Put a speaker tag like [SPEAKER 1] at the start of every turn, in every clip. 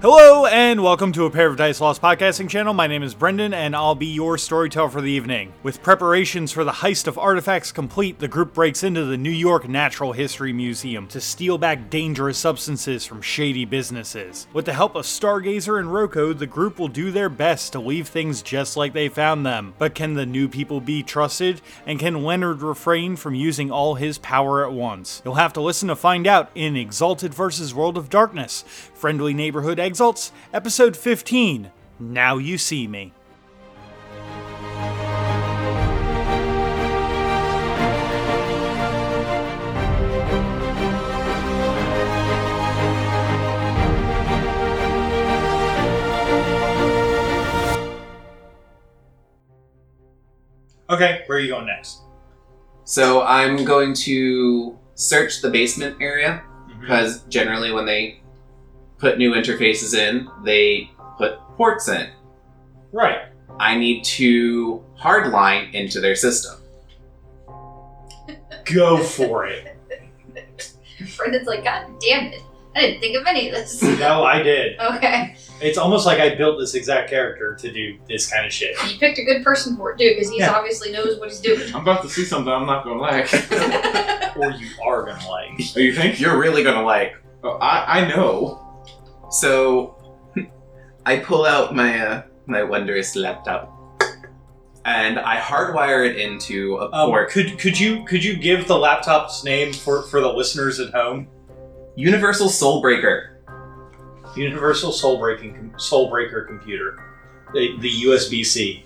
[SPEAKER 1] Hello and welcome to a Pair of Dice Lost podcasting channel. My name is Brendan and I'll be your storyteller for the evening. With preparations for the heist of artifacts complete, the group breaks into the New York Natural History Museum to steal back dangerous substances from shady businesses. With the help of Stargazer and Roko, the group will do their best to leave things just like they found them. But can the new people be trusted? And can Leonard refrain from using all his power at once? You'll have to listen to find out in Exalted versus World of Darkness, Friendly Neighborhood Exalts, Episode 15. Now you see me. Okay, where are you going next?
[SPEAKER 2] So I'm going to search the basement area
[SPEAKER 1] Mm-hmm.
[SPEAKER 2] because generally when they put new interfaces in, they put ports in.
[SPEAKER 1] Right.
[SPEAKER 2] I need to hardline into their system.
[SPEAKER 1] Go for it.
[SPEAKER 3] Brendan's like, God damn it. I didn't think of any of this.
[SPEAKER 1] No, I did.
[SPEAKER 3] okay.
[SPEAKER 1] It's almost like I built this exact character to do this kind of shit.
[SPEAKER 3] You picked a good person for it, too, because he
[SPEAKER 1] Yeah.
[SPEAKER 3] obviously knows what he's doing.
[SPEAKER 4] I'm about to see something I'm not gonna like.
[SPEAKER 1] Or you are gonna like.
[SPEAKER 4] Oh, you think?
[SPEAKER 2] You're really gonna like.
[SPEAKER 4] Oh, I I know.
[SPEAKER 2] So I pull out my uh, my wondrous laptop and I hardwire it into a
[SPEAKER 1] Um,
[SPEAKER 2] port.
[SPEAKER 1] could could you could you give the laptop's name for for the listeners at home?
[SPEAKER 2] Universal Soulbreaker.
[SPEAKER 1] Universal Soul Breaking com- Soul Breaker Computer, the, the USB C.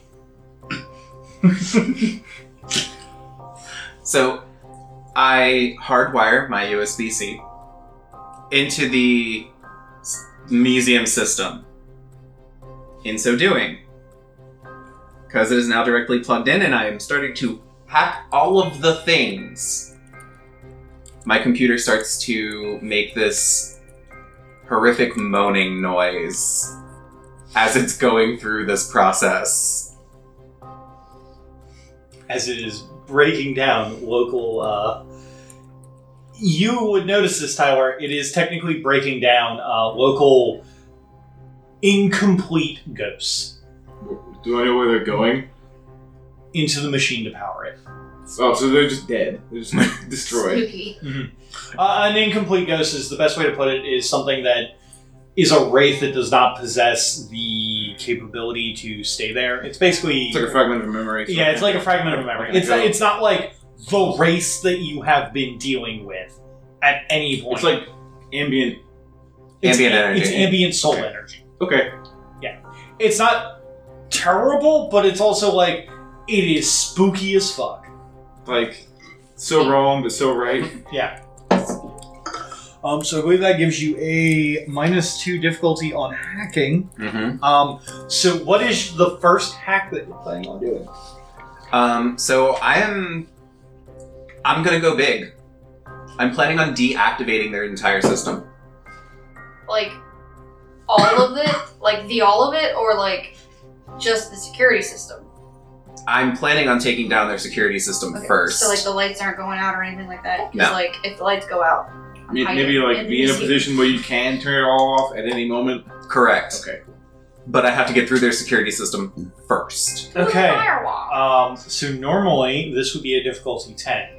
[SPEAKER 2] So I hardwire my USB C into the s- museum system. In so doing, because it is now directly plugged in, and I am starting to hack all of the things, my computer starts to make this horrific moaning noise as it's going through this process.
[SPEAKER 1] as it is breaking down local. Uh, you would notice this, Tyler. It is technically breaking down uh, local incomplete ghosts
[SPEAKER 4] Do I know where they're going?
[SPEAKER 1] into the machine to power it.
[SPEAKER 4] Oh, so they're just dead. They're just like, destroyed.
[SPEAKER 3] Spooky.
[SPEAKER 1] Uh, an incomplete ghost is the best way to put it. Is something that is a wraith that does not possess the capability to stay there. It's basically
[SPEAKER 4] It's like a fragment of memory. so
[SPEAKER 1] yeah, it's like a fragment of
[SPEAKER 4] I
[SPEAKER 1] memory.
[SPEAKER 4] can
[SPEAKER 1] It's not,
[SPEAKER 4] go.
[SPEAKER 1] it's not like the race that you have been dealing with at any point.
[SPEAKER 4] It's like ambient.
[SPEAKER 1] It's
[SPEAKER 2] Ambient
[SPEAKER 1] a- It's
[SPEAKER 2] energy.
[SPEAKER 1] ambient soul
[SPEAKER 4] Okay.
[SPEAKER 1] energy.
[SPEAKER 4] Okay.
[SPEAKER 1] It's not terrible, but it's also like it is spooky as fuck.
[SPEAKER 4] Like so wrong but so right.
[SPEAKER 1] Um, so I believe that gives you a minus two difficulty on hacking.
[SPEAKER 2] Mm-hmm.
[SPEAKER 1] Um, so what is the first hack that you're planning on doing?
[SPEAKER 2] Um, so I am. I'm gonna go big. I'm planning on deactivating their entire system.
[SPEAKER 3] Like, all of it? Like, the all of it? Or, like, just the security system?
[SPEAKER 2] I'm planning on taking down their security system
[SPEAKER 3] Okay.
[SPEAKER 2] first.
[SPEAKER 3] So, like, the lights aren't going out or anything like that? Because,
[SPEAKER 2] No.
[SPEAKER 3] like, if the lights go out, I'm
[SPEAKER 4] May-
[SPEAKER 3] hiding
[SPEAKER 4] Maybe like
[SPEAKER 3] the
[SPEAKER 4] be in a
[SPEAKER 3] museum.
[SPEAKER 4] position where you can turn it all off at any moment.
[SPEAKER 2] Correct.
[SPEAKER 4] Okay.
[SPEAKER 2] But I have to get through their security system first.
[SPEAKER 3] Ooh,
[SPEAKER 1] Okay.
[SPEAKER 4] Uh,
[SPEAKER 3] Firewall.
[SPEAKER 1] Um, so normally this would be a difficulty 10.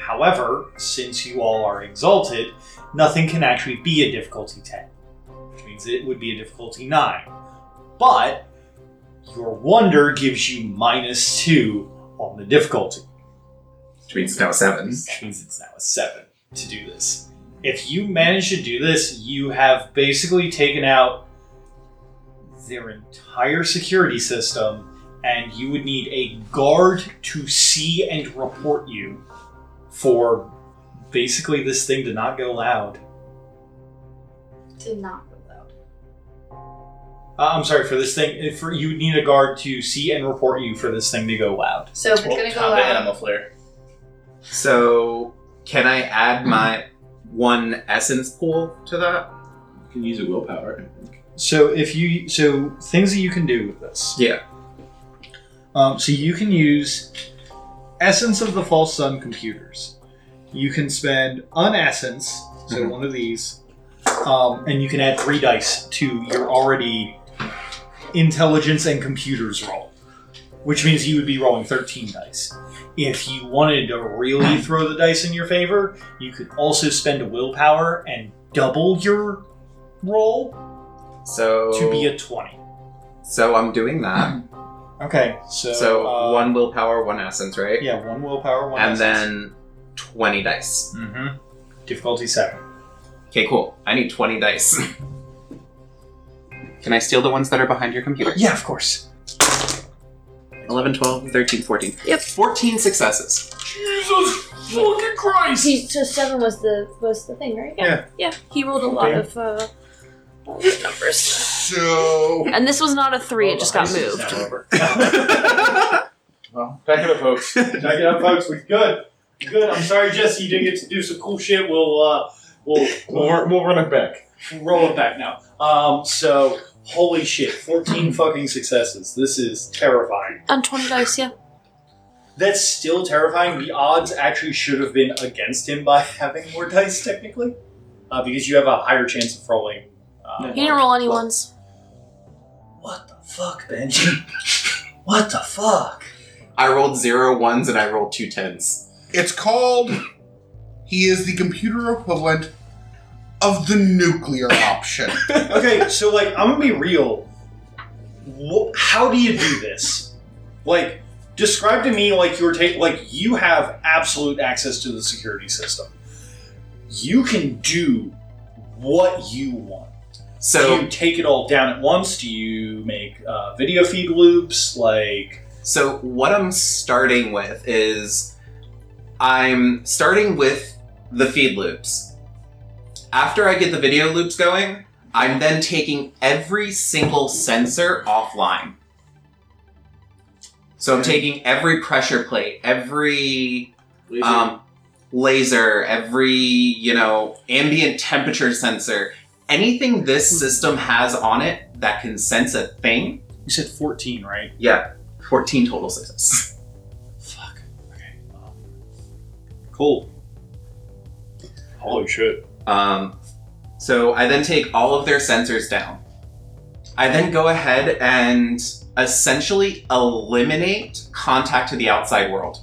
[SPEAKER 1] However, since you all are exalted, nothing can actually be a difficulty 10, which means it would be a difficulty 9. But your wonder gives you minus 2 on the difficulty,
[SPEAKER 2] Which means it's now seven.
[SPEAKER 1] which means it's now a 7 to do this. If you manage to do this, you have basically taken out their entire security system, and you would need a guard to see and report you for basically this thing to not go loud.
[SPEAKER 3] Did not go out.
[SPEAKER 1] Uh, I'm sorry for this thing. For you would need a guard to see and report you for this thing to go loud.
[SPEAKER 3] So, if it's going to go out,
[SPEAKER 4] flare.
[SPEAKER 2] So can I add my one essence pool to that?
[SPEAKER 4] You can use a willpower. I think.
[SPEAKER 1] So if you so things that you can do with this.
[SPEAKER 2] Yeah.
[SPEAKER 1] Um, so you can use Essence of the False Sun computers. You can spend an essence, so
[SPEAKER 2] Mhm.
[SPEAKER 1] one of these, um, and you can add three dice to your already intelligence and computers roll, which means you would be rolling 13 dice. If you wanted to really throw the dice in your favor, you could also spend a willpower and double your roll
[SPEAKER 2] So
[SPEAKER 1] to be a 20.
[SPEAKER 2] so I'm doing that.
[SPEAKER 1] Okay, so.
[SPEAKER 2] so
[SPEAKER 1] uh,
[SPEAKER 2] one willpower, one essence, right?
[SPEAKER 1] Yeah, one willpower, one.
[SPEAKER 2] and then twenty dice.
[SPEAKER 1] Mm-hmm. Difficulty seven.
[SPEAKER 2] Okay, cool. I need 20 dice. Can I steal the ones that are behind your computer?
[SPEAKER 1] Yeah, of course.
[SPEAKER 2] 11, 12, 13, 14.
[SPEAKER 5] Yep.
[SPEAKER 2] 14 successes.
[SPEAKER 6] Jesus fucking Christ!
[SPEAKER 5] He, so seven was the was the thing, right?
[SPEAKER 6] Yeah.
[SPEAKER 5] Yeah. He rolled a lot
[SPEAKER 1] Okay.
[SPEAKER 5] of uh, a lot of numbers,
[SPEAKER 6] So.
[SPEAKER 5] and this was not a three. It just got moved.
[SPEAKER 6] Well, back it up, folks.
[SPEAKER 4] Check it out, folks. We're good. Good. I'm sorry, Jesse. You didn't get to do some cool shit. We'll uh, we'll
[SPEAKER 6] We'll, run- we'll run it back.
[SPEAKER 4] roll it back now. Um, so holy shit, 14 fucking successes. This is terrifying.
[SPEAKER 5] On twenty dice, yeah.
[SPEAKER 4] That's still terrifying. The odds actually should have been against him by having more dice, technically, uh, because you have a higher chance of rolling. Uh,
[SPEAKER 5] He didn't roll any ones.
[SPEAKER 4] What the fuck, Benji? what the fuck?
[SPEAKER 2] I rolled zero ones and I rolled two tens.
[SPEAKER 7] It's called. He is the computer equivalent of the nuclear option.
[SPEAKER 4] Okay, so like I'm gonna be real. Wh- how do you do this? Like, describe to me like you're taking like you have absolute access to the security system. You can do what you want.
[SPEAKER 2] So,
[SPEAKER 4] do you take it all down at once? Do you make uh, video feed loops? Like,
[SPEAKER 2] so what I'm starting with is I'm starting with the feed loops. After I get the video loops going, I'm then taking every single sensor offline. So I'm taking every pressure plate, every um, laser, every you know ambient temperature sensor, anything this system has on it that can sense a thing.
[SPEAKER 4] you said 14, right?
[SPEAKER 2] Yeah, fourteen total success.
[SPEAKER 4] Fuck. Okay. Um, cool. Holy shit.
[SPEAKER 2] Um, so I then take all of their sensors down. I then go ahead and essentially eliminate contact to the outside world.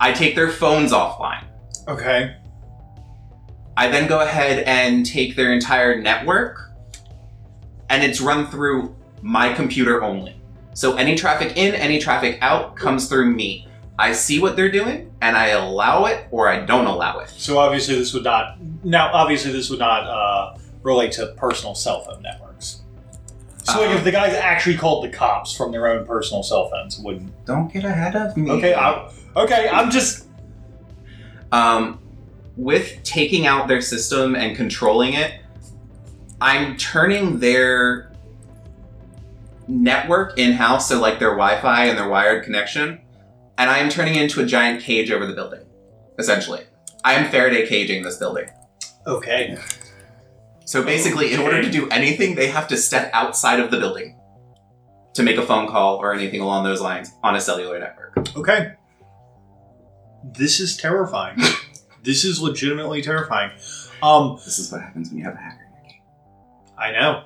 [SPEAKER 2] I take their phones offline.
[SPEAKER 4] Okay.
[SPEAKER 2] I then go ahead and take their entire network, and it's run through my computer only. So any traffic in, any traffic out comes through me. I see what they're doing, and I allow it or I don't allow it.
[SPEAKER 4] So obviously this would not. Now obviously this would not uh, relate to personal cell phone networks. So like
[SPEAKER 2] Uh-huh.
[SPEAKER 4] if the guys actually called the cops from their own personal cell phones, it wouldn't.
[SPEAKER 2] Don't get ahead of me.
[SPEAKER 4] Okay. I, okay. I'm just.
[SPEAKER 2] um, with taking out their system and controlling it, I'm turning their network in house, so like their Wi Fi and their wired connection, and I am turning it into a giant cage over the building, essentially. I am Faraday caging this building.
[SPEAKER 4] Okay.
[SPEAKER 2] So basically, in order to do anything, they have to step outside of the building to make a phone call or anything along those lines on a cellular network.
[SPEAKER 4] Okay. This is terrifying. this is legitimately terrifying. Um,
[SPEAKER 2] This is what happens when you have a hacker.
[SPEAKER 4] I know.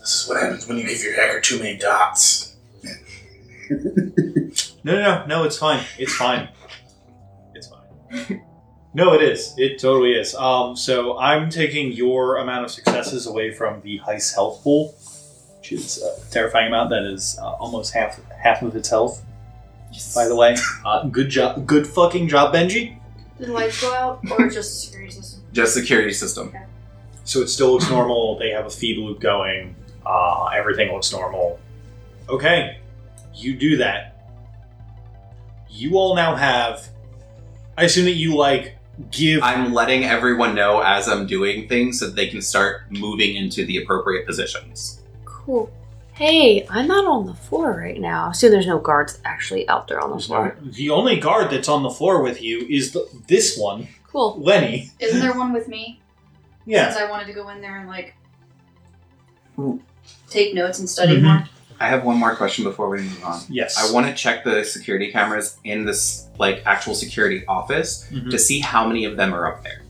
[SPEAKER 7] this is what happens when you give your hacker too many dots.
[SPEAKER 4] No, no, no, no. It's fine. It's fine. It's fine. No, it is. It totally is. Um, so I'm taking your amount of successes away from the heist health pool, which is a terrifying amount. That is uh, almost half half of its health. By the way, uh, good job. Good fucking job, Benji.
[SPEAKER 3] Did the lights go out or just the security system?
[SPEAKER 2] Just security system.
[SPEAKER 4] So it still looks normal. They have a feed loop going. Uh, everything looks normal. Okay, you do that. You all now have. I assume that you like give.
[SPEAKER 2] I'm letting everyone know as I'm doing things so that they can start moving into the appropriate positions.
[SPEAKER 5] Cool. Hey, I'm not on the floor right now. I assume there's no guards actually out there on the floor.
[SPEAKER 4] the only guard that's on the floor with you is the, this one,
[SPEAKER 5] Cool.
[SPEAKER 4] Lenny.
[SPEAKER 3] Isn't there one with me?
[SPEAKER 4] Yeah.
[SPEAKER 3] Since I wanted to go in there and like
[SPEAKER 2] Ooh.
[SPEAKER 3] take notes and study
[SPEAKER 1] Mm-hmm.
[SPEAKER 4] Mhm.
[SPEAKER 3] more.
[SPEAKER 2] I have one more question before we move on.
[SPEAKER 4] Yes.
[SPEAKER 2] I want to check the security cameras in this like actual security office
[SPEAKER 4] Mhm.
[SPEAKER 2] to see how many of them are up there.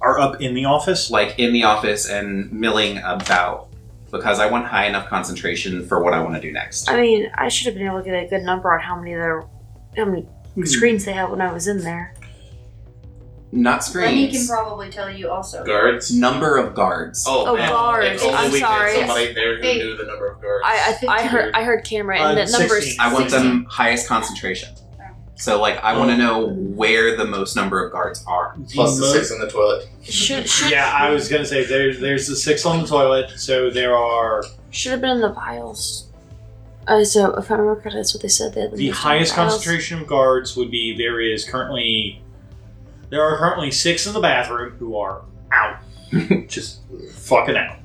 [SPEAKER 1] are up in the office.
[SPEAKER 2] like in the office and milling about because I want high enough concentration for what I want to do next.
[SPEAKER 5] I mean, I should have been able to get a good number on how many there, how many
[SPEAKER 8] Hmm.
[SPEAKER 5] screens they had when I was in there.
[SPEAKER 2] Not
[SPEAKER 3] Lenny can
[SPEAKER 2] screens.
[SPEAKER 3] probably tell you also.
[SPEAKER 8] Guards.
[SPEAKER 2] Number of guards.
[SPEAKER 8] Oh,
[SPEAKER 5] Oh,
[SPEAKER 8] man.
[SPEAKER 5] guards.
[SPEAKER 8] If only
[SPEAKER 5] I'm
[SPEAKER 8] we
[SPEAKER 5] sorry.
[SPEAKER 8] Had somebody there who
[SPEAKER 3] Hey.
[SPEAKER 8] knew the number of guards.
[SPEAKER 5] I I, I heard
[SPEAKER 8] Dude.
[SPEAKER 5] I heard camera
[SPEAKER 1] Uh,
[SPEAKER 5] and the numbers.
[SPEAKER 1] 16.
[SPEAKER 2] I want
[SPEAKER 5] 16.
[SPEAKER 2] them highest concentration. So like I want to know where the most number of guards are.
[SPEAKER 8] Plus the six in the toilet.
[SPEAKER 5] Should should
[SPEAKER 1] Yeah, I was gonna say there, there's the six on the toilet, so there are
[SPEAKER 5] should have been in the piles. Uh, so if I remember correctly, that's what they said. They had
[SPEAKER 1] the
[SPEAKER 5] most
[SPEAKER 1] highest
[SPEAKER 5] piles.
[SPEAKER 1] concentration of guards would be there is currently there are currently six in the bathroom who are out, just fucking out.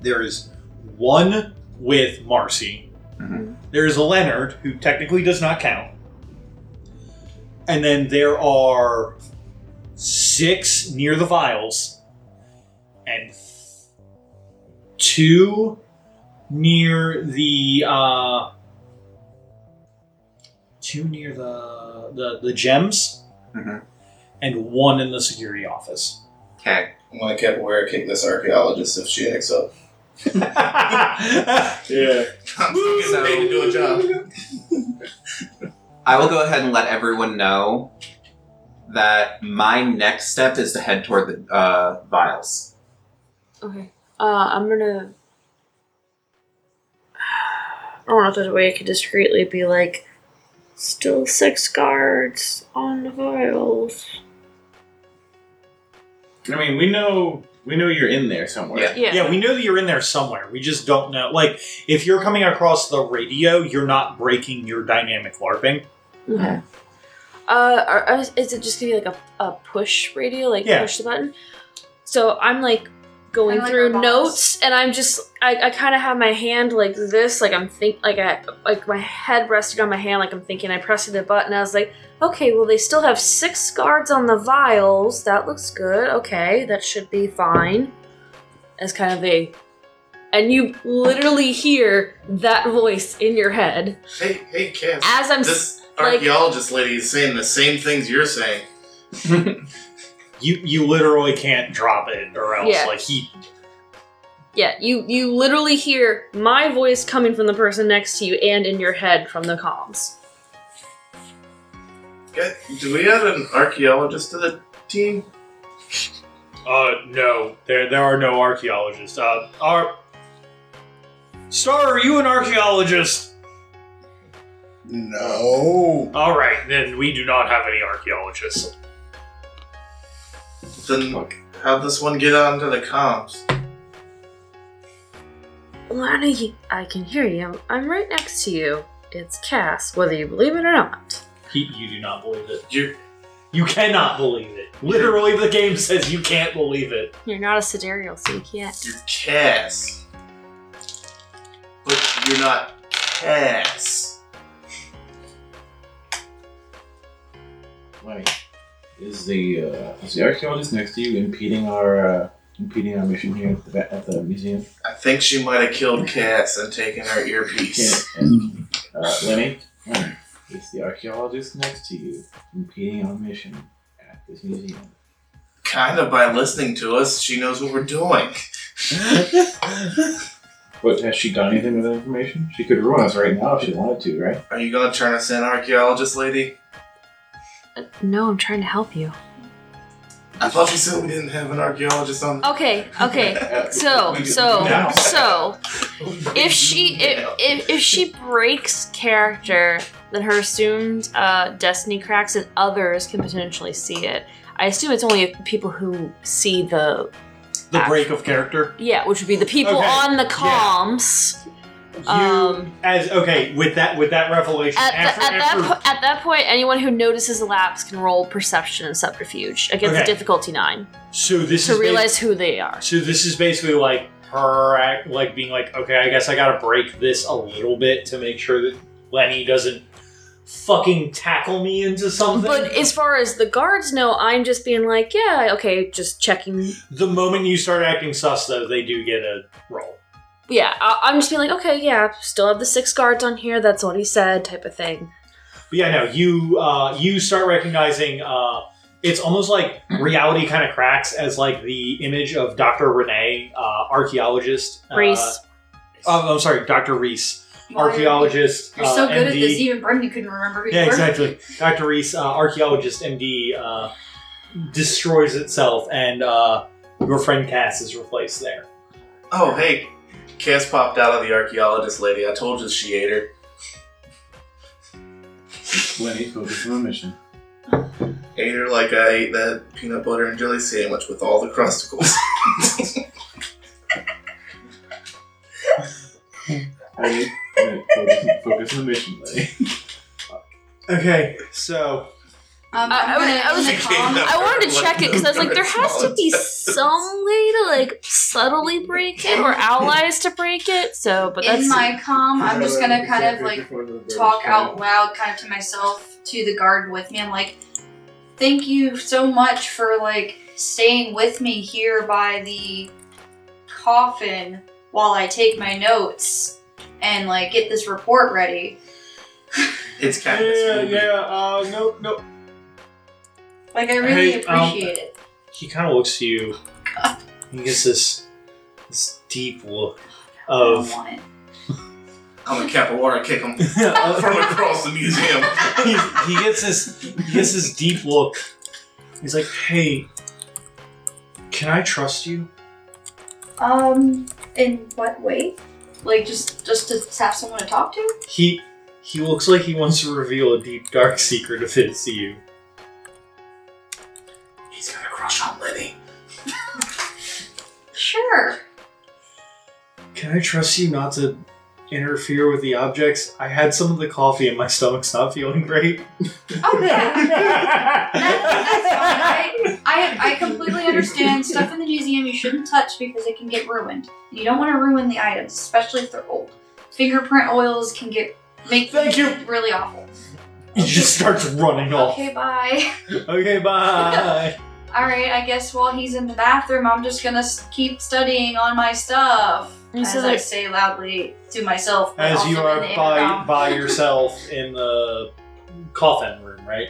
[SPEAKER 1] There is one with Marcy.
[SPEAKER 2] Mhm.
[SPEAKER 1] There is Leonard who technically does not count, and then there are six near the vials and two near the uh two near the the, the gems
[SPEAKER 2] Mhm.
[SPEAKER 1] and one in the security office
[SPEAKER 2] Okay.
[SPEAKER 8] I'm gonna get where kick this archaeologist if she hicks up.
[SPEAKER 6] Yeah.
[SPEAKER 8] I'm still getting paid to do a job.
[SPEAKER 2] I will go ahead and let everyone know that my next step is to head toward the uh, vials.
[SPEAKER 5] Okay. Uh, I'm gonna. I don't know if there's a way I could discreetly be like, still six guards on the vials.
[SPEAKER 6] I mean, we know we know you're in there somewhere.
[SPEAKER 2] Yeah.
[SPEAKER 1] yeah we know that you're in there somewhere we just don't know like if you're coming across the radio you're not breaking your dynamic larping
[SPEAKER 5] Okay. Uh, are, are- is it just gonna be like a, a push radio? Like
[SPEAKER 1] Yeah.
[SPEAKER 5] push the button? So I'm like going
[SPEAKER 3] Kinda like
[SPEAKER 5] through
[SPEAKER 3] robots.
[SPEAKER 5] notes, and I'm just I, I kind of have my hand like this, like I'm think like I like my head resting on my hand, like I'm thinking. I pressed the button. I was like, okay, well they still have six guards on the vials. That looks good. Okay, that should be fine. As kind of a, and you literally hear that voice in your head
[SPEAKER 8] Hey, hey, Cass.
[SPEAKER 5] as I'm. s-
[SPEAKER 8] this archaeologist lady is saying the same things you're saying.
[SPEAKER 1] you you literally can't drop it or else
[SPEAKER 5] Yeah.
[SPEAKER 1] like he
[SPEAKER 5] Yeah, you you literally hear my voice coming from the person next to you and in your head from the comms.
[SPEAKER 8] Okay, Do we add an archaeologist to the team?
[SPEAKER 1] Uh, no. There, there are no archaeologists. Uh, are Star, are you an archaeologist?
[SPEAKER 7] No.
[SPEAKER 1] All right, then we do not have any archaeologists.
[SPEAKER 8] Then have this one get onto the comms.
[SPEAKER 5] Lonnie, I can hear you. I'm right next to you. It's Cass, whether you believe it or not.
[SPEAKER 1] He, you do not believe it.
[SPEAKER 8] You're
[SPEAKER 1] You cannot believe it. Literally, the game says you can't believe it.
[SPEAKER 5] You're not a sidereal, so you can't.
[SPEAKER 8] you're Cass, but you're not Cass.
[SPEAKER 9] Wait, is the uh, is the archaeologist next to you impeding our uh, impeding our mission here at the, ba- at the museum?
[SPEAKER 8] I think she might have killed Cass and taken her earpiece.
[SPEAKER 9] Can't. And, uh, Lenny, hmm, is the archaeologist next to you impeding our mission at this museum?
[SPEAKER 8] Kind of by listening to us, she knows what we're doing.
[SPEAKER 9] But has she done anything with that information? She could ruin us right now if she wanted to, right?
[SPEAKER 8] Are you gonna turn us in, archaeologist lady?
[SPEAKER 5] Uh, No, I'm trying to help you.
[SPEAKER 8] I thought we said we didn't have an archaeologist on.
[SPEAKER 5] Okay, okay.
[SPEAKER 9] Uh,
[SPEAKER 5] So, so, so, if she if, if, if she breaks character, then her assumed uh, destiny cracks, and others can potentially see it. I assume it's only if people who see the
[SPEAKER 1] The
[SPEAKER 5] Ah.
[SPEAKER 1] break of character.
[SPEAKER 5] yeah, which would be the people
[SPEAKER 1] Okay,
[SPEAKER 5] on the comms.
[SPEAKER 1] You,
[SPEAKER 5] Um,
[SPEAKER 1] as okay with that with that revelation.
[SPEAKER 5] At,
[SPEAKER 1] after,
[SPEAKER 5] the, at that
[SPEAKER 1] after-
[SPEAKER 5] po- at that point, anyone who notices a lapse can roll perception and subterfuge against
[SPEAKER 1] Okay.
[SPEAKER 5] a difficulty nine
[SPEAKER 1] so this
[SPEAKER 5] to
[SPEAKER 1] is basi-
[SPEAKER 5] realize who they are.
[SPEAKER 1] So this is basically like her act, like being like, okay, I guess I gotta break this a little bit to make sure that Lenny doesn't fucking tackle me into something.
[SPEAKER 5] But as far as the guards know, I'm just being like, yeah, okay, just checking
[SPEAKER 1] the moment you start acting sus, though, they do get a roll.
[SPEAKER 5] yeah, I- I'm just being like, okay, yeah, still have the six guards on here. That's what he said, type of thing.
[SPEAKER 1] But yeah, no, you uh, you start recognizing uh, it's almost like reality kind of cracks as like the image of Dr. Renee, uh, archaeologist. uh,
[SPEAKER 5] Reese.
[SPEAKER 1] oh, I'm sorry, Dr. Reese, archaeologist.
[SPEAKER 3] You're so
[SPEAKER 1] uh,
[SPEAKER 3] good at
[SPEAKER 1] MD.
[SPEAKER 3] this, even Brendan couldn't remember who you
[SPEAKER 1] Yeah,
[SPEAKER 3] were.
[SPEAKER 1] exactly. Dr. Reese, uh, archaeologist MD, uh, destroys itself, and uh, your friend Cass is replaced there.
[SPEAKER 8] Oh, hey, Cass popped out of the archaeologist lady. I told you she ate her.
[SPEAKER 9] Lenny, focus on the mission.
[SPEAKER 8] Ate her like I ate that peanut butter and jelly sandwich with all the crusticles.
[SPEAKER 9] Lenny, Lenny, focus, focus on the mission, Lenny.
[SPEAKER 1] Okay, so
[SPEAKER 3] Um,
[SPEAKER 5] I- I
[SPEAKER 3] I'm
[SPEAKER 5] was-
[SPEAKER 3] gonna-
[SPEAKER 5] I was-
[SPEAKER 3] in the comm-
[SPEAKER 8] I
[SPEAKER 5] I wanted to check it because I was like, there has to be
[SPEAKER 8] Smallest.
[SPEAKER 5] some way to like subtly break it or allies to break it. So, but that's
[SPEAKER 3] in my com, I'm just gonna kind of like talk out loud, kind of to myself, to the guard with me. I'm like, thank you so much for like staying with me here by the coffin while I take my notes and like get this report ready.
[SPEAKER 8] It's Katniss.
[SPEAKER 1] Uh, no, no.
[SPEAKER 3] Like I really
[SPEAKER 1] Hey, um,
[SPEAKER 3] appreciate it.
[SPEAKER 1] He kind of looks to you. He gets this this deep look of
[SPEAKER 3] I want it.
[SPEAKER 8] I'm gonna cap a water and kick him from across the museum.
[SPEAKER 1] he, he gets this he gets this deep look. He's like, "Hey, can I trust you?"
[SPEAKER 3] Um, in what way? Like just just to have someone to talk to?
[SPEAKER 1] He he looks like he wants to reveal a deep dark secret of his to you.
[SPEAKER 8] He's got a crush on Lenny.
[SPEAKER 3] Sure.
[SPEAKER 1] Can I trust you not to interfere with the objects? I had some of the coffee and my stomach's not feeling great.
[SPEAKER 3] Oh yeah. That- that's fine. I, I, I completely understand stuff in the museum you shouldn't touch because it can get ruined. And you don't want to ruin the items, especially if they're old. Fingerprint oils can get make them
[SPEAKER 1] Thank you.
[SPEAKER 3] really awful.
[SPEAKER 1] He just starts running off.
[SPEAKER 3] Okay, bye.
[SPEAKER 1] Okay, bye.
[SPEAKER 3] All right, I guess while he's in the bathroom, I'm just gonna s- keep studying on my stuff.
[SPEAKER 5] And so
[SPEAKER 3] as I
[SPEAKER 5] there-
[SPEAKER 3] say loudly to myself. but
[SPEAKER 1] As
[SPEAKER 3] also
[SPEAKER 1] you
[SPEAKER 3] in
[SPEAKER 1] are
[SPEAKER 3] the
[SPEAKER 1] by
[SPEAKER 3] intercom.
[SPEAKER 1] by yourself in the coffin room, right?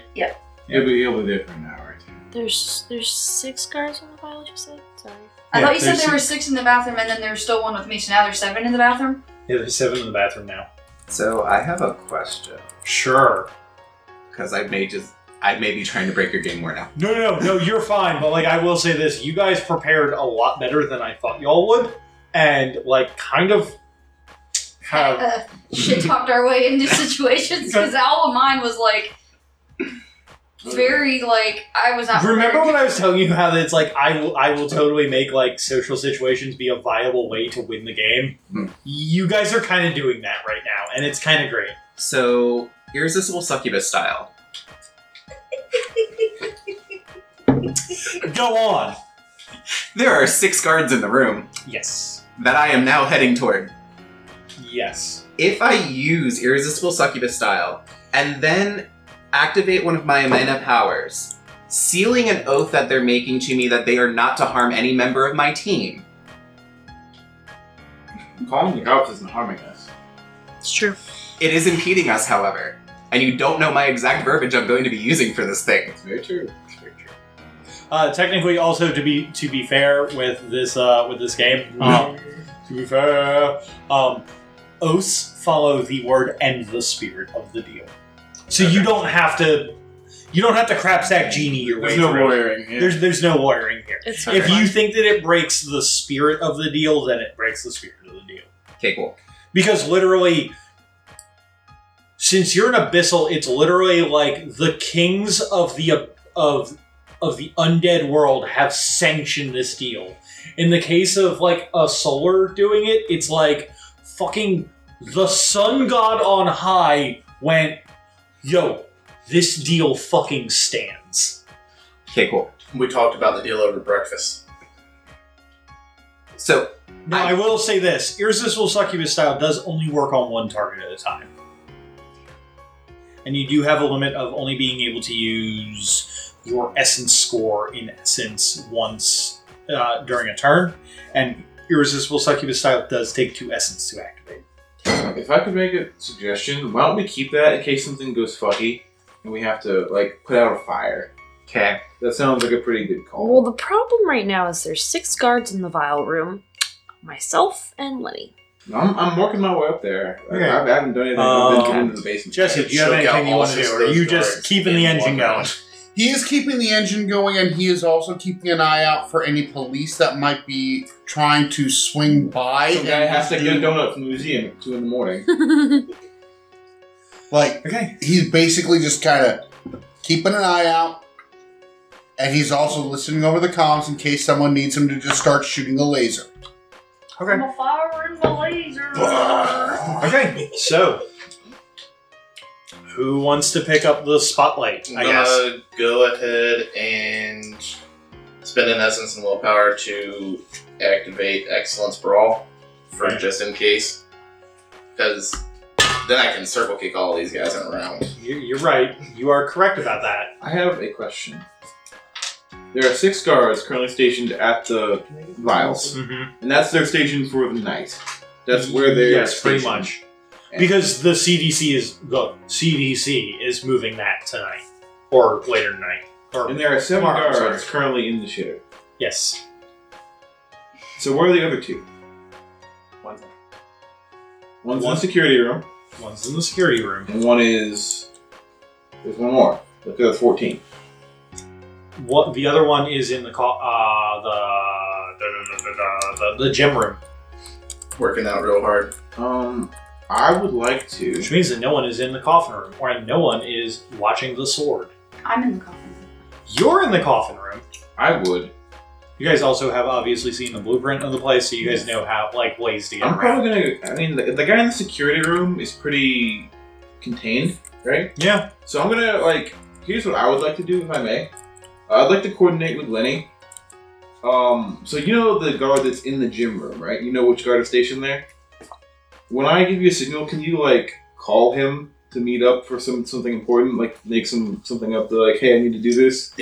[SPEAKER 9] He'll be, he'll be there for an hour or two.
[SPEAKER 5] there's there's six guards on the vial. You said sorry.
[SPEAKER 3] I
[SPEAKER 1] Yeah,
[SPEAKER 3] thought you said
[SPEAKER 1] there's
[SPEAKER 3] there were six in the bathroom, and then there's still one with me. So now there's seven in the bathroom.
[SPEAKER 1] Yeah, there's seven in the bathroom now.
[SPEAKER 2] So I have a question
[SPEAKER 1] Sure.
[SPEAKER 2] because I may just I may be trying to break your game more now.
[SPEAKER 1] No, no, no, you're fine. But like, I will say this: you guys prepared a lot better than I thought y'all would, and like, kind of have.
[SPEAKER 3] uh, shit talked our way into situations because all of mine was like very like I was not.
[SPEAKER 1] Remember
[SPEAKER 3] prepared.
[SPEAKER 1] when I was telling you how it's like I will, I will totally make like social situations be a viable way to win the game.
[SPEAKER 2] Hmm.
[SPEAKER 1] You guys are kind of doing that right now, and it's kind of great.
[SPEAKER 2] So irresistible succubus style.
[SPEAKER 1] Go on.
[SPEAKER 2] There are six guards in the room
[SPEAKER 1] Yes.
[SPEAKER 2] that I am now heading toward.
[SPEAKER 1] Yes.
[SPEAKER 2] If I use irresistible succubus style and then activate one of my amena powers, sealing an oath that they're making to me that they are not to harm any member of my team.
[SPEAKER 9] Calling the cops isn't harming us.
[SPEAKER 5] It's true.
[SPEAKER 2] It is impeding us, however, and you don't know my exact verbiage I'm going to be using for this thing.
[SPEAKER 9] It's very true. It's very true.
[SPEAKER 1] Uh, technically, also to be to be fair with this uh, with this game, um, to be fair, um, oaths follow the word and the spirit of the deal. So you don't have to you don't have to crap sack genie your way
[SPEAKER 9] There's no
[SPEAKER 1] through.
[SPEAKER 9] lawyering here.
[SPEAKER 1] There's there's no lawyering here.
[SPEAKER 5] It's
[SPEAKER 1] If
[SPEAKER 5] fine.
[SPEAKER 1] you think that it breaks the spirit of the deal, then it breaks the spirit of the deal.
[SPEAKER 2] Okay, cool.
[SPEAKER 1] Because literally, since you're an abyssal, it's literally like the kings of the of of the undead world have sanctioned this deal. In the case of like a solar doing it, it's like fucking the sun god on high went, yo, this deal fucking stands.
[SPEAKER 2] Okay, cool.
[SPEAKER 8] We talked about the deal over breakfast.
[SPEAKER 2] So
[SPEAKER 1] Now I will say this: irresistible succubus style does only work on one target at a time, and you do have a limit of only being able to use your essence score in essence once uh, during a turn. And irresistible succubus style does take two essence to activate.
[SPEAKER 9] If I could make a suggestion, why don't we keep that in case something goes fucky and we have to like put out a fire?
[SPEAKER 2] Okay.
[SPEAKER 9] That sounds like a pretty good call.
[SPEAKER 5] Well, the problem right now is there's six guards in the vial room. Myself and Lenny.
[SPEAKER 9] I'm, I'm working my way up there.
[SPEAKER 1] Okay.
[SPEAKER 9] I, I haven't done anything. I've been
[SPEAKER 1] Um,
[SPEAKER 9] coming to the basement.
[SPEAKER 1] Jesse, do you have
[SPEAKER 8] Choke out
[SPEAKER 1] anything you
[SPEAKER 8] all
[SPEAKER 1] want to
[SPEAKER 8] six
[SPEAKER 1] do?
[SPEAKER 8] of
[SPEAKER 1] Or are
[SPEAKER 8] those
[SPEAKER 1] you just
[SPEAKER 8] guards
[SPEAKER 1] keeping
[SPEAKER 8] and
[SPEAKER 1] the engine
[SPEAKER 8] walk
[SPEAKER 1] going?
[SPEAKER 8] out.
[SPEAKER 7] He is keeping the engine going, and he is also keeping an eye out for any police that might be trying to swing by.
[SPEAKER 9] Some guy
[SPEAKER 7] and
[SPEAKER 9] has to
[SPEAKER 7] do-
[SPEAKER 9] get a donut from the museum at 2 in the morning.
[SPEAKER 7] Like
[SPEAKER 1] Okay.
[SPEAKER 7] he's basically just kind of keeping an eye out, and he's also listening over the comms in case someone needs him to just start shooting a laser.
[SPEAKER 1] Okay.
[SPEAKER 3] I'm a fire in the laser.
[SPEAKER 1] Okay. So, who wants to pick up the spotlight?
[SPEAKER 8] I'm
[SPEAKER 1] I guess.
[SPEAKER 8] gonna go ahead and spend an essence and willpower to activate excellence brawl for
[SPEAKER 1] Okay.
[SPEAKER 8] just in case, because then I can circle kick all these guys in a round.
[SPEAKER 1] You're, you're right. You are correct about that.
[SPEAKER 9] I have a question. There are six guards currently stationed at the vials,
[SPEAKER 1] Mm-hmm.
[SPEAKER 9] and that's their station for the night. That's where they're
[SPEAKER 1] Yes, pretty
[SPEAKER 9] stationed.
[SPEAKER 1] much. Because the CDC is the CDC is moving that tonight or later tonight. Or
[SPEAKER 9] And there are seven
[SPEAKER 1] Tomorrow,
[SPEAKER 9] guards currently in the shitter.
[SPEAKER 1] yes.
[SPEAKER 9] So where are the other two?
[SPEAKER 2] One's
[SPEAKER 9] One's in
[SPEAKER 1] One-
[SPEAKER 9] the security room,
[SPEAKER 1] One's in the security room.
[SPEAKER 9] and one is. There's one more. Look at the 14.
[SPEAKER 1] What the other one is in the co- uh the the, the, the, the the gym room,
[SPEAKER 8] Working out real hard.
[SPEAKER 9] Um, I would like to.
[SPEAKER 1] which means that no one is in the coffin room, or no one is watching the sword.
[SPEAKER 3] I'm in the coffin.
[SPEAKER 1] You're in the coffin room.
[SPEAKER 9] I would.
[SPEAKER 1] You guys also have obviously seen the blueprint of the place, so you guys know how like ways to get
[SPEAKER 9] I'm
[SPEAKER 1] around.
[SPEAKER 9] probably gonna. I mean, the, the guy in the security room is pretty contained, right?
[SPEAKER 1] Yeah.
[SPEAKER 9] So I'm gonna like. Here's what I would like to do, if I may. Uh, I'd like to coordinate with Lenny. Um, so you know the guard that's in the gym room, right? You know which guard is stationed there. When I give you a signal, can you like call him to meet up for some something important, like make some something up to like, hey, I need to do this.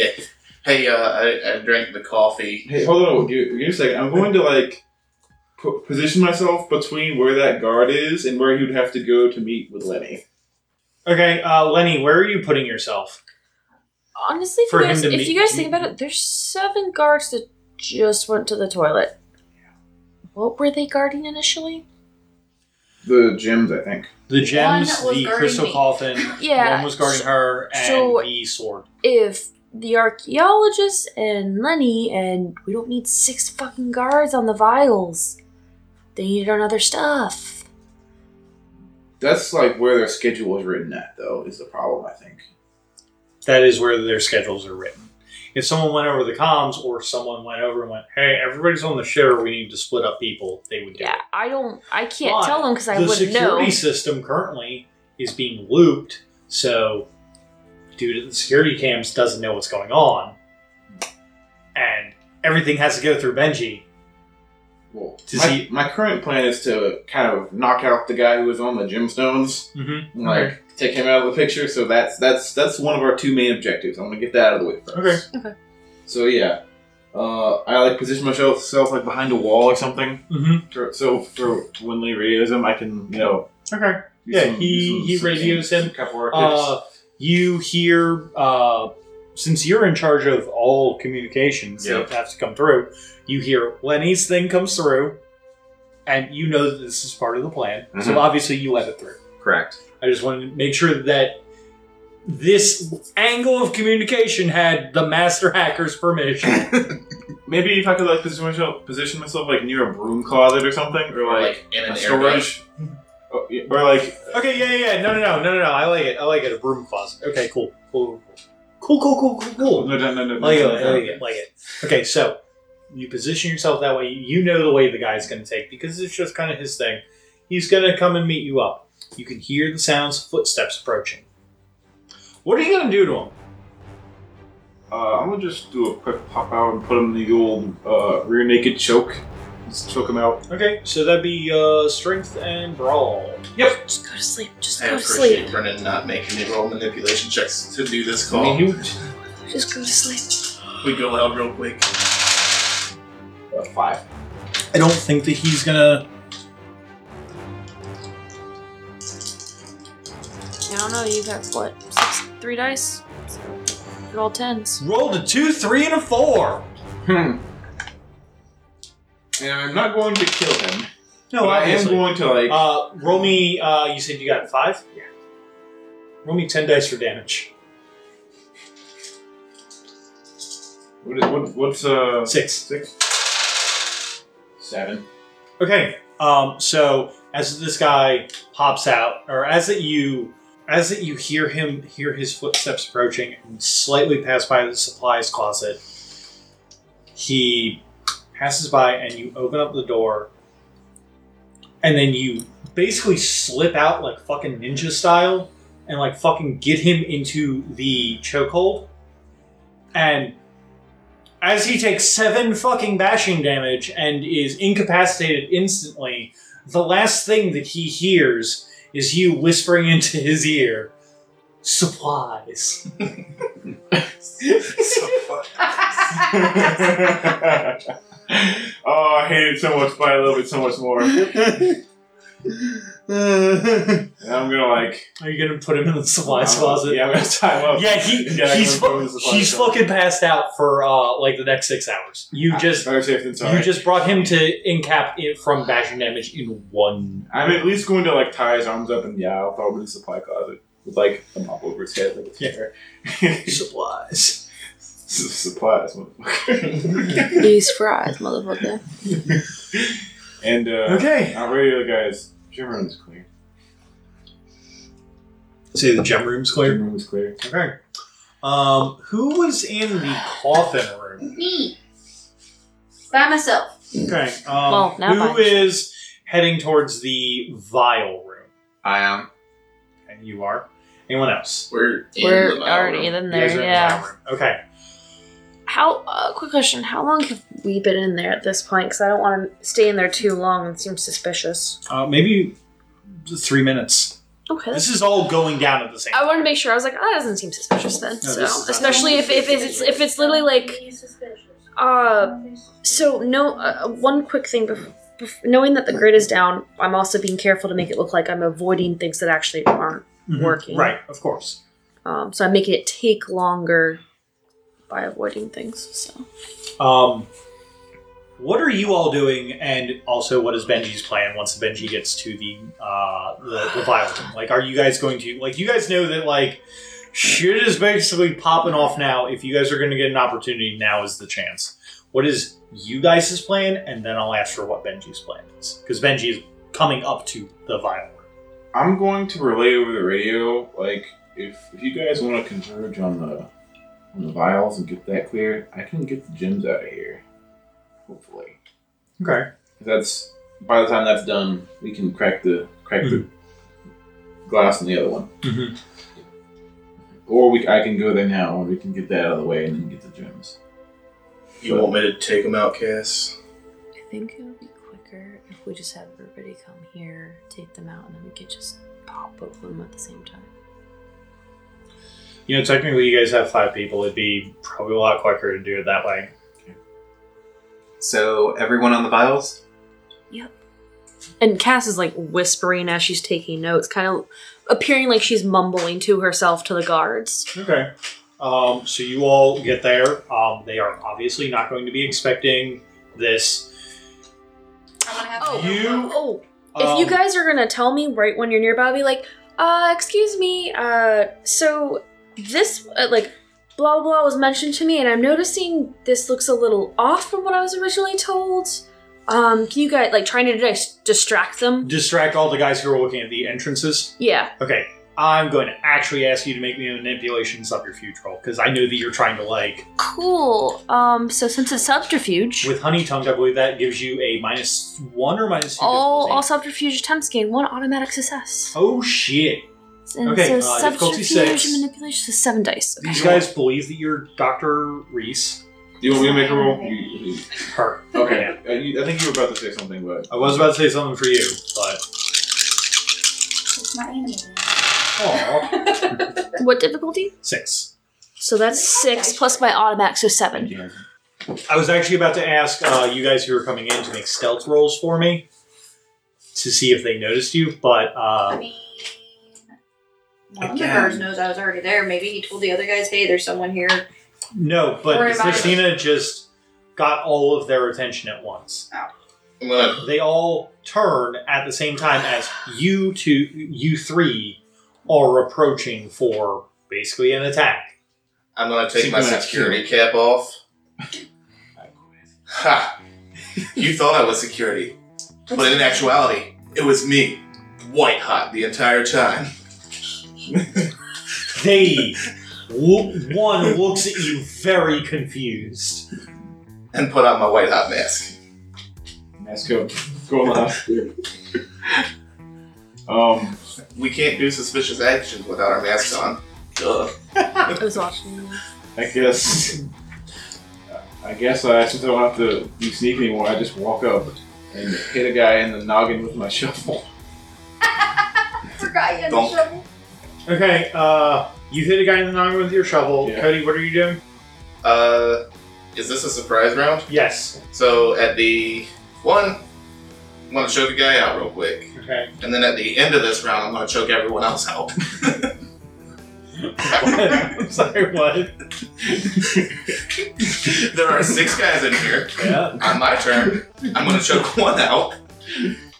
[SPEAKER 8] Hey, uh, I, I drank the coffee.
[SPEAKER 9] Hey, hold on, give, give me a second. I'm going to like po- position myself between where that guard is and where he would have to go to meet with Lenny.
[SPEAKER 1] Okay, uh, Lenny, where are you putting yourself?
[SPEAKER 5] Honestly, if,
[SPEAKER 1] For
[SPEAKER 5] you guys,
[SPEAKER 1] him to
[SPEAKER 5] if
[SPEAKER 1] meet-
[SPEAKER 5] you guys think about it, there's seven guards that just went to the toilet. What were they guarding initially?
[SPEAKER 9] The gyms, I think.
[SPEAKER 1] The gems,
[SPEAKER 3] was
[SPEAKER 1] the
[SPEAKER 3] guarding
[SPEAKER 1] crystal
[SPEAKER 3] me.
[SPEAKER 1] coffin.
[SPEAKER 5] Yeah,
[SPEAKER 1] One was guarding her, and
[SPEAKER 5] so-
[SPEAKER 1] the sword.
[SPEAKER 5] If the archaeologist and Lenny and we don't need six fucking guards on the vials, they needed on other stuff.
[SPEAKER 9] That's like where their schedule is written at, though, is the problem, I think.
[SPEAKER 1] That is where their schedules are written. If someone went over the comms, or someone went over and went, "Hey, everybody's on the shitter. We need to split up people," they would do.
[SPEAKER 5] Yeah,
[SPEAKER 1] it.
[SPEAKER 5] I don't, I can't
[SPEAKER 1] But
[SPEAKER 5] tell them because I
[SPEAKER 1] the
[SPEAKER 5] wouldn't know.
[SPEAKER 1] security system currently is being looped, so due to the security cams doesn't know what's going on, and everything has to go through Benji.
[SPEAKER 9] Well,
[SPEAKER 1] To
[SPEAKER 9] my,
[SPEAKER 1] see-
[SPEAKER 9] my current plan is to kind of knock out the guy who was on the gemstones,
[SPEAKER 1] Mm-hmm.
[SPEAKER 9] and, like take him out of the picture. So that's that's that's one of our two main objectives. I'm gonna get that out of the way first.
[SPEAKER 5] Okay. Okay.
[SPEAKER 9] So yeah, uh, I like position myself self, like behind a wall or something.
[SPEAKER 1] Mm-hmm.
[SPEAKER 9] For- So for when Lee radios him, I can you know.
[SPEAKER 1] Okay.
[SPEAKER 9] do
[SPEAKER 1] Yeah,
[SPEAKER 9] some-
[SPEAKER 1] he-
[SPEAKER 9] do some-
[SPEAKER 1] he
[SPEAKER 9] some-
[SPEAKER 1] radios
[SPEAKER 9] some
[SPEAKER 1] him.
[SPEAKER 9] couple work
[SPEAKER 1] Uh, you hear, uh, since you're in charge of all communications
[SPEAKER 8] Yep.
[SPEAKER 1] that have to come through, you hear Lenny's thing comes through, and you know that this is part of the plan. So
[SPEAKER 9] Mhm.
[SPEAKER 1] obviously you let it through.
[SPEAKER 9] Correct.
[SPEAKER 1] I just wanted to make sure that this angle of communication had the master hacker's permission.
[SPEAKER 9] Maybe if I could like position myself, position myself like near a broom closet or something, or like,
[SPEAKER 8] Like in
[SPEAKER 9] a
[SPEAKER 8] an airbag.
[SPEAKER 9] storage, or, yeah, or like
[SPEAKER 1] okay, yeah, yeah, yeah. No, no, no, no, no, no. I like it. I like it. A broom closet. Okay, cool. Cool, cool, cool, cool, cool, cool. cool.
[SPEAKER 9] no, no, no, no,
[SPEAKER 1] Like it,
[SPEAKER 9] no, no.
[SPEAKER 1] like it, like it. Okay, so you position yourself that way. You know the way the guy's going to take because it's just kind of his thing. He's going to come and meet you up. You can hear the sounds of footsteps approaching. What are you going to do to him?
[SPEAKER 9] Uh, I'm gonna just do a quick pop out and put him in the old uh, rear naked choke. Just choke him out.
[SPEAKER 1] Okay, so that'd be uh, strength and brawl.
[SPEAKER 5] Just go to sleep. Just
[SPEAKER 8] I
[SPEAKER 5] go to sleep.
[SPEAKER 8] appreciate Brennan not making me roll manipulation checks to do this
[SPEAKER 9] I
[SPEAKER 8] call.
[SPEAKER 9] mean, he would
[SPEAKER 5] Just go to sleep.
[SPEAKER 8] we go loud real quick.
[SPEAKER 9] uh, five.
[SPEAKER 1] I don't think that he's gonna.
[SPEAKER 5] I don't know. You got what? Six, three dice. So Roll tens.
[SPEAKER 1] Rolled a two, three, and a four.
[SPEAKER 9] Hmm. And I'm not going to kill him.
[SPEAKER 1] No,
[SPEAKER 9] but I am
[SPEAKER 1] obviously.
[SPEAKER 9] going to like.
[SPEAKER 1] Uh, roll me. Uh, you said you got five. Yeah. Roll me ten dice for damage.
[SPEAKER 9] what is, what, what's uh
[SPEAKER 1] Six.
[SPEAKER 9] six? Seven.
[SPEAKER 1] Okay. Um, so as this guy pops out, or as that you, as that you hear him, hear his footsteps approaching, and slightly pass by the supplies closet, he passes by, and you open up the door, and then you basically slip out like fucking ninja style, and like fucking get him into the chokehold, and as he takes seven fucking bashing damage and is incapacitated instantly, the last thing that he hears is you whispering into his ear, supplies.
[SPEAKER 9] oh, I hate it so much, but I love it so much more. And I'm gonna like.
[SPEAKER 1] Are you gonna put him in the supplies closet?
[SPEAKER 9] Uh, Yeah, I'm gonna tie him up.
[SPEAKER 1] Yeah, he,
[SPEAKER 9] Yeah, I'm
[SPEAKER 1] he's,
[SPEAKER 9] gonna put him
[SPEAKER 1] fu-
[SPEAKER 9] in the supplies
[SPEAKER 1] he's
[SPEAKER 9] closet.
[SPEAKER 1] fucking passed out for uh, like the next six hours. You just
[SPEAKER 9] Better safe than sorry.
[SPEAKER 1] you just brought him to incap it from bashing damage in one.
[SPEAKER 9] I'm at least going to like tie his arms up and yeah, I'll throw him in the supply closet with like a mop over his head. Like, it's fair.
[SPEAKER 1] supplies.
[SPEAKER 9] supplies, motherfucker.
[SPEAKER 5] These fries, motherfucker.
[SPEAKER 9] and uh,
[SPEAKER 1] Okay.
[SPEAKER 9] I'll radio the guys. Gym room is clear.
[SPEAKER 1] Say the gem room's clear.
[SPEAKER 9] Gym room is clear.
[SPEAKER 1] Okay. Um, who was in the coffin room?
[SPEAKER 3] Me. By myself.
[SPEAKER 1] Okay. Um,
[SPEAKER 5] Well, now
[SPEAKER 1] who
[SPEAKER 5] mine.
[SPEAKER 1] is heading towards the vial room?
[SPEAKER 2] I am.
[SPEAKER 1] And you are. Anyone else?
[SPEAKER 8] We're in
[SPEAKER 5] We're
[SPEAKER 8] the
[SPEAKER 5] already
[SPEAKER 8] in.
[SPEAKER 5] in
[SPEAKER 1] You guys
[SPEAKER 5] there,
[SPEAKER 1] are in the
[SPEAKER 5] yeah.
[SPEAKER 1] vial room. Okay.
[SPEAKER 5] How? Uh, quick question. How long have we been in there at this point? Because I don't want to stay in there too long and seem suspicious.
[SPEAKER 1] Uh, maybe three minutes.
[SPEAKER 5] Okay. that's-
[SPEAKER 1] This is all going down at the same.
[SPEAKER 5] I wanted to make sure. I was like, "Oh, that doesn't seem suspicious then.
[SPEAKER 1] No,
[SPEAKER 5] so,
[SPEAKER 1] this is not-
[SPEAKER 5] especially if, if it's if it's literally like Uh, so no. Uh, one quick thing, bef- bef- knowing that the grid is down, I'm also being careful to make it look like I'm avoiding things that actually aren't.
[SPEAKER 1] Mhm.
[SPEAKER 5] working.
[SPEAKER 1] Right. Of course.
[SPEAKER 5] Um, so I'm making it take longer by avoiding things. So
[SPEAKER 1] Um, what are you all doing? And also, what is Benji's plan once Benji gets to the uh, the, the vial room? Like, are you guys going to like? You guys know that like shit is basically popping off now. If you guys are going to get an opportunity, now is the chance. What is you guys' plan? And then I'll ask for what Benji's plan is because Benji is coming up to the vial room.
[SPEAKER 9] I'm going to relay over the radio. Like, if, if you guys want to converge on the on the vials and get that clear, I can get the gems out of here. Hopefully,
[SPEAKER 1] Okay.
[SPEAKER 9] that's by the time that's done, we can crack the crack the glass on the other one,
[SPEAKER 1] Mhm.
[SPEAKER 9] or we I can go there now, and we can get that out of the way and then get the gems.
[SPEAKER 8] You want me to take him out, Cass?
[SPEAKER 5] I think it would be quicker if we just have everybody come here, take them out, and then we could just pop both of them at the same time.
[SPEAKER 1] You know, technically, you guys have five people. It'd be probably a lot quicker to do it that way.
[SPEAKER 2] So everyone on the vials.
[SPEAKER 5] And Cass is like whispering as she's taking notes, kind of appearing like she's mumbling to herself to the guards.
[SPEAKER 1] Okay. Um, so you all get there. Um, they are obviously not going to be expecting this.
[SPEAKER 3] I'm gonna have
[SPEAKER 5] Oh,
[SPEAKER 3] to-
[SPEAKER 1] You-
[SPEAKER 5] oh, if you
[SPEAKER 1] Um,
[SPEAKER 5] guys are gonna tell me right when you're nearby, I'll be like, uh, excuse me, uh, so this, uh, like, blah, blah, blah was mentioned to me, and I'm noticing this looks a little off from what I was originally told. Um, can you guys, like, trying to dis- distract them?
[SPEAKER 1] distract all the guys who are looking at the entrances.
[SPEAKER 5] Yeah.
[SPEAKER 1] Okay, I'm going to actually ask you to make me a manipulation subterfuge roll because I know that you're trying to like
[SPEAKER 5] Cool. Um, so since it's subterfuge,
[SPEAKER 1] with honey tongues. I believe that gives you a minus one or minus two.
[SPEAKER 5] all, all
[SPEAKER 1] difficulty.
[SPEAKER 5] subterfuge attempts gain one automatic success.
[SPEAKER 1] oh shit!
[SPEAKER 5] And
[SPEAKER 1] okay,
[SPEAKER 5] so
[SPEAKER 1] uh, difficulty
[SPEAKER 5] subterfuge
[SPEAKER 1] six.
[SPEAKER 5] and manipulation is seven dice. Okay.
[SPEAKER 1] These guys believe that you're Doctor Reese.
[SPEAKER 9] Do you want me to make a roll? You- you-
[SPEAKER 1] Her.
[SPEAKER 9] Okay, uh, you- I think you were about to say something, but
[SPEAKER 1] I was about to say something for you, but
[SPEAKER 3] It's my enemy.
[SPEAKER 1] oh,
[SPEAKER 5] What difficulty?
[SPEAKER 1] six.
[SPEAKER 5] So that's six plus my automatic, so seven.
[SPEAKER 1] I was actually about to ask uh, you guys who are coming in to make stealth rolls for me to see if they noticed you, but
[SPEAKER 3] I
[SPEAKER 1] uh,
[SPEAKER 3] mean, One of the
[SPEAKER 1] Again.
[SPEAKER 3] guards knows I was already there. Maybe he told the other guys, "Hey, there's someone here."
[SPEAKER 1] No,
[SPEAKER 3] Or
[SPEAKER 1] but
[SPEAKER 3] am I-
[SPEAKER 1] Christina just got all of their attention at once.
[SPEAKER 8] I'm gonna
[SPEAKER 1] They all turn at the same time as you two, you three, are approaching for basically an attack.
[SPEAKER 8] I'm gonna take
[SPEAKER 9] She's
[SPEAKER 8] my
[SPEAKER 9] gonna
[SPEAKER 8] security cap off. Ha! You thought I was security, but in actuality, it was me, white hot the entire time.
[SPEAKER 1] They, lo- one looks at you very confused.
[SPEAKER 8] and put on my white hot mask.
[SPEAKER 9] Let's go. Go last. um,
[SPEAKER 8] We can't do suspicious actions without our masks on. Duh.
[SPEAKER 5] I was watching. you.
[SPEAKER 9] I guess. I guess I since I don't have to be sneaky anymore, I just walk up and hit a guy in the noggin with my shovel.
[SPEAKER 3] Forgot you had the
[SPEAKER 8] Donk.
[SPEAKER 3] shovel.
[SPEAKER 1] Okay, uh, you hit a guy in the noggin with your shovel.
[SPEAKER 9] Yeah.
[SPEAKER 1] Cody, what are you doing?
[SPEAKER 8] Uh, is this a surprise round?
[SPEAKER 1] Yes.
[SPEAKER 8] So at the one, I'm gonna choke a guy out real quick,
[SPEAKER 1] Okay.
[SPEAKER 8] and then at the end of this round, I'm gonna choke everyone else out.
[SPEAKER 1] I'm sorry, what?
[SPEAKER 8] there are six guys in here.
[SPEAKER 1] Yeah.
[SPEAKER 8] On my turn, I'm gonna choke one out,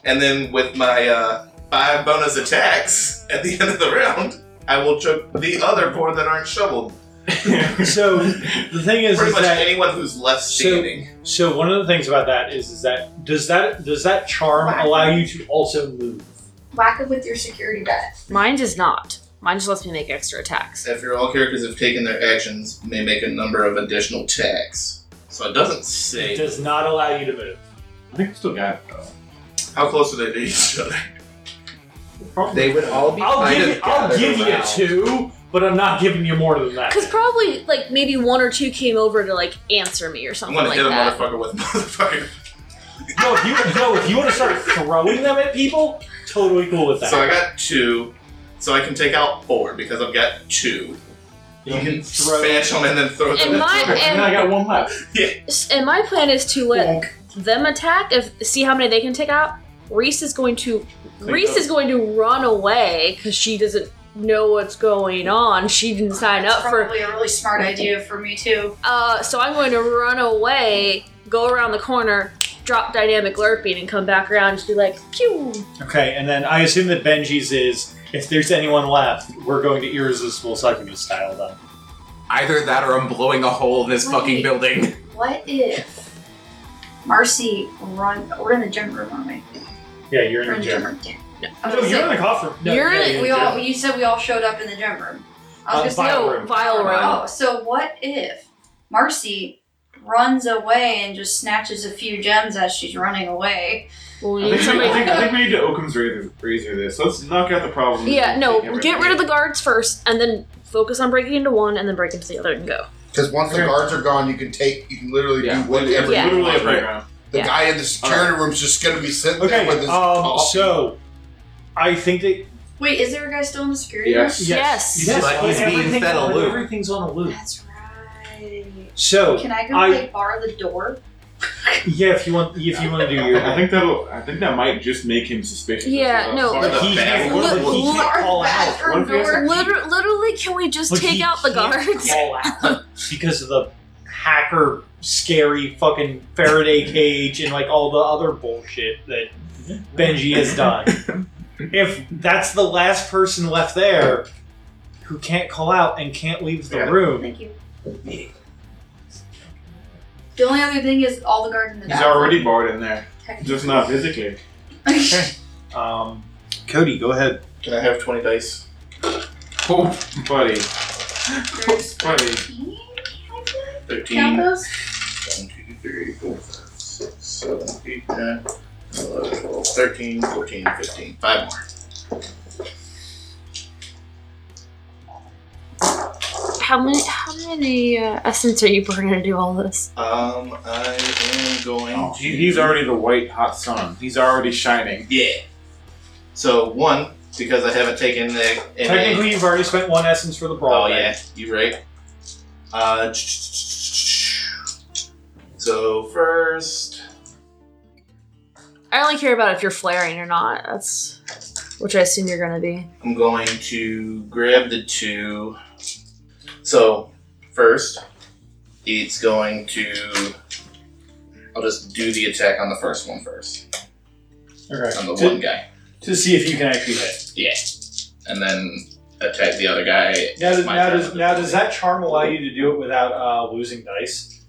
[SPEAKER 8] and then with my uh, five bonus attacks at the end of the round, I will choke the other four that aren't shoveled.
[SPEAKER 1] So the thing is,
[SPEAKER 8] Pretty
[SPEAKER 1] is
[SPEAKER 8] much
[SPEAKER 1] that
[SPEAKER 8] anyone who's left
[SPEAKER 1] So-
[SPEAKER 8] standing.
[SPEAKER 1] So one of the things about that is, is that does that does that charm
[SPEAKER 3] Right.
[SPEAKER 1] allow you to also move?
[SPEAKER 3] Whack it with your security bat.
[SPEAKER 5] Mine does not. Mine just lets me make extra attacks.
[SPEAKER 8] If your all characters have taken their actions, may make a number of additional attacks. So it doesn't
[SPEAKER 1] It
[SPEAKER 8] say
[SPEAKER 1] does not allow you to move.
[SPEAKER 9] I think I still got it though.
[SPEAKER 8] how close are they to each other.
[SPEAKER 2] They would all be
[SPEAKER 1] I'll
[SPEAKER 2] kind
[SPEAKER 1] give
[SPEAKER 2] of
[SPEAKER 1] you, I'll
[SPEAKER 2] gathered
[SPEAKER 1] give you
[SPEAKER 2] around.
[SPEAKER 1] two, but I'm not giving you more than that.
[SPEAKER 5] Because probably like maybe one or two came over to like answer me or
[SPEAKER 8] I'm
[SPEAKER 5] something
[SPEAKER 8] gonna
[SPEAKER 5] like
[SPEAKER 8] hit a
[SPEAKER 5] that.
[SPEAKER 8] motherfucker with a motherfucker.
[SPEAKER 1] No, if you no, if you want to start throwing them at people, totally cool with that.
[SPEAKER 8] So I got two. So I can take out four because I've got two.
[SPEAKER 1] you
[SPEAKER 9] Mm-hmm.
[SPEAKER 1] can throw.
[SPEAKER 8] Smash them and then throw them.
[SPEAKER 5] And my
[SPEAKER 9] Okay, and then I
[SPEAKER 5] and,
[SPEAKER 9] got one left.
[SPEAKER 5] and my plan is to let them attack if see how many they can take out. Reese is going to Reese is going to run away because she doesn't know what's going on. She didn't sign
[SPEAKER 3] That's
[SPEAKER 5] up for
[SPEAKER 3] probably a really smart idea for me too.
[SPEAKER 5] Uh, so I'm going to run away, go around the corner, drop dynamic lurping, and come back around and just be like, pew.
[SPEAKER 1] Okay, and then I assume that Benji's is if there's anyone left, we're going to irresistible succubus style them.
[SPEAKER 2] Either that or I'm blowing a hole in this fucking
[SPEAKER 3] Wait.
[SPEAKER 2] building.
[SPEAKER 3] What if Marcy run? We're in the gym room, aren't we?
[SPEAKER 1] Yeah, you're
[SPEAKER 3] We're
[SPEAKER 1] in the gym.
[SPEAKER 3] room. Damn. I was
[SPEAKER 1] No,
[SPEAKER 3] gonna
[SPEAKER 1] you're
[SPEAKER 3] say,
[SPEAKER 1] in the coffin. No,
[SPEAKER 5] You're
[SPEAKER 1] yeah,
[SPEAKER 5] in-
[SPEAKER 1] in
[SPEAKER 3] we
[SPEAKER 1] the
[SPEAKER 3] all.
[SPEAKER 1] gym.
[SPEAKER 3] You said we all showed up in the gym room. I
[SPEAKER 1] Uh,
[SPEAKER 3] was gonna say.
[SPEAKER 1] Vile
[SPEAKER 5] no,
[SPEAKER 1] room.
[SPEAKER 5] vile room.
[SPEAKER 3] Oh, so what if Marcy runs away and just snatches a few gems as she's running away?
[SPEAKER 5] Well, we
[SPEAKER 9] I
[SPEAKER 5] need
[SPEAKER 9] think, we, I, think,
[SPEAKER 5] somebody.
[SPEAKER 9] I think we need to Occam's razor, razor this. Let's knock out the problem.
[SPEAKER 5] Yeah, no, get rid of the guards first, and then focus on breaking into one, and then break into the other and go.
[SPEAKER 7] Because once the
[SPEAKER 9] Okay.
[SPEAKER 7] guards are gone, you can take, you can literally
[SPEAKER 9] Yeah,
[SPEAKER 7] do whatever
[SPEAKER 5] Yeah.
[SPEAKER 7] you
[SPEAKER 9] Literally a
[SPEAKER 7] want.
[SPEAKER 9] playground.
[SPEAKER 7] The
[SPEAKER 5] Yeah.
[SPEAKER 7] guy in the security room's just gonna be sitting there with
[SPEAKER 1] Okay,
[SPEAKER 7] his
[SPEAKER 1] um,
[SPEAKER 7] coffee.
[SPEAKER 1] so I think that
[SPEAKER 3] Wait, is there a guy still in the security room?
[SPEAKER 9] Yes.
[SPEAKER 5] Yes.
[SPEAKER 1] Yes.
[SPEAKER 2] But he's being
[SPEAKER 1] Everything-
[SPEAKER 2] fed a loop.
[SPEAKER 1] Everything's on a loop.
[SPEAKER 3] That's right.
[SPEAKER 1] So
[SPEAKER 3] Can I go
[SPEAKER 1] I-
[SPEAKER 3] like bar the door?
[SPEAKER 1] yeah, if you want, if you want to do your,
[SPEAKER 9] I think that'll. I think that might just make him suspicious.
[SPEAKER 5] Yeah,
[SPEAKER 9] Uh,
[SPEAKER 5] no,
[SPEAKER 9] sorry.
[SPEAKER 8] like-
[SPEAKER 1] he can't,
[SPEAKER 5] Look,
[SPEAKER 1] but he
[SPEAKER 5] look.
[SPEAKER 1] can't call out.
[SPEAKER 9] What if he has
[SPEAKER 3] door.
[SPEAKER 9] to-
[SPEAKER 5] Liter- literally, can we just
[SPEAKER 1] But
[SPEAKER 5] take
[SPEAKER 1] he
[SPEAKER 5] out the
[SPEAKER 1] can't
[SPEAKER 5] guards?
[SPEAKER 1] Call out because of the hacker, scary fucking Faraday cage and like all the other bullshit that Benji has done. If that's the last person left there who can't call out and can't leave the
[SPEAKER 9] Yeah.
[SPEAKER 1] room,
[SPEAKER 3] Thank you. The only other thing is all the guards in the
[SPEAKER 9] He's
[SPEAKER 3] back.
[SPEAKER 9] already barred in there, just not physically.
[SPEAKER 1] um, Cody, go ahead.
[SPEAKER 8] Can I have 20 dice?
[SPEAKER 9] Oh, buddy,
[SPEAKER 3] There's
[SPEAKER 9] buddy.
[SPEAKER 3] 13, I feel like.
[SPEAKER 8] 13.
[SPEAKER 3] Count those?
[SPEAKER 8] 1, 2, 3, 4, 5, 6, 7, 8, 9, 11, 12, 13, 14, 15. Five more.
[SPEAKER 5] How many? How many uh, essence are you burning to do all this?
[SPEAKER 8] Um, I am going
[SPEAKER 9] Oh,
[SPEAKER 8] to.
[SPEAKER 9] he- he's already the white hot sun. He's already shining.
[SPEAKER 8] Yeah. So, one, because I haven't taken the. any-
[SPEAKER 1] Technically, you've already spent one essence for the brawl.
[SPEAKER 8] Oh
[SPEAKER 1] right?
[SPEAKER 8] yeah, you right. Uh, so first,
[SPEAKER 5] I only care about if you're flaring or not. That's which I assume you're gonna be.
[SPEAKER 8] I'm going to grab the two. So, first, it's going to. I'll just do the attack on the first one first.
[SPEAKER 1] Okay.
[SPEAKER 8] On the
[SPEAKER 1] To,
[SPEAKER 8] one guy.
[SPEAKER 1] to see if you can actually hit.
[SPEAKER 8] Yeah. And then attack the other guy.
[SPEAKER 1] Now, does,
[SPEAKER 8] My
[SPEAKER 1] now,
[SPEAKER 8] turn.
[SPEAKER 1] does, now does that charm allow you to do it without uh, losing dice?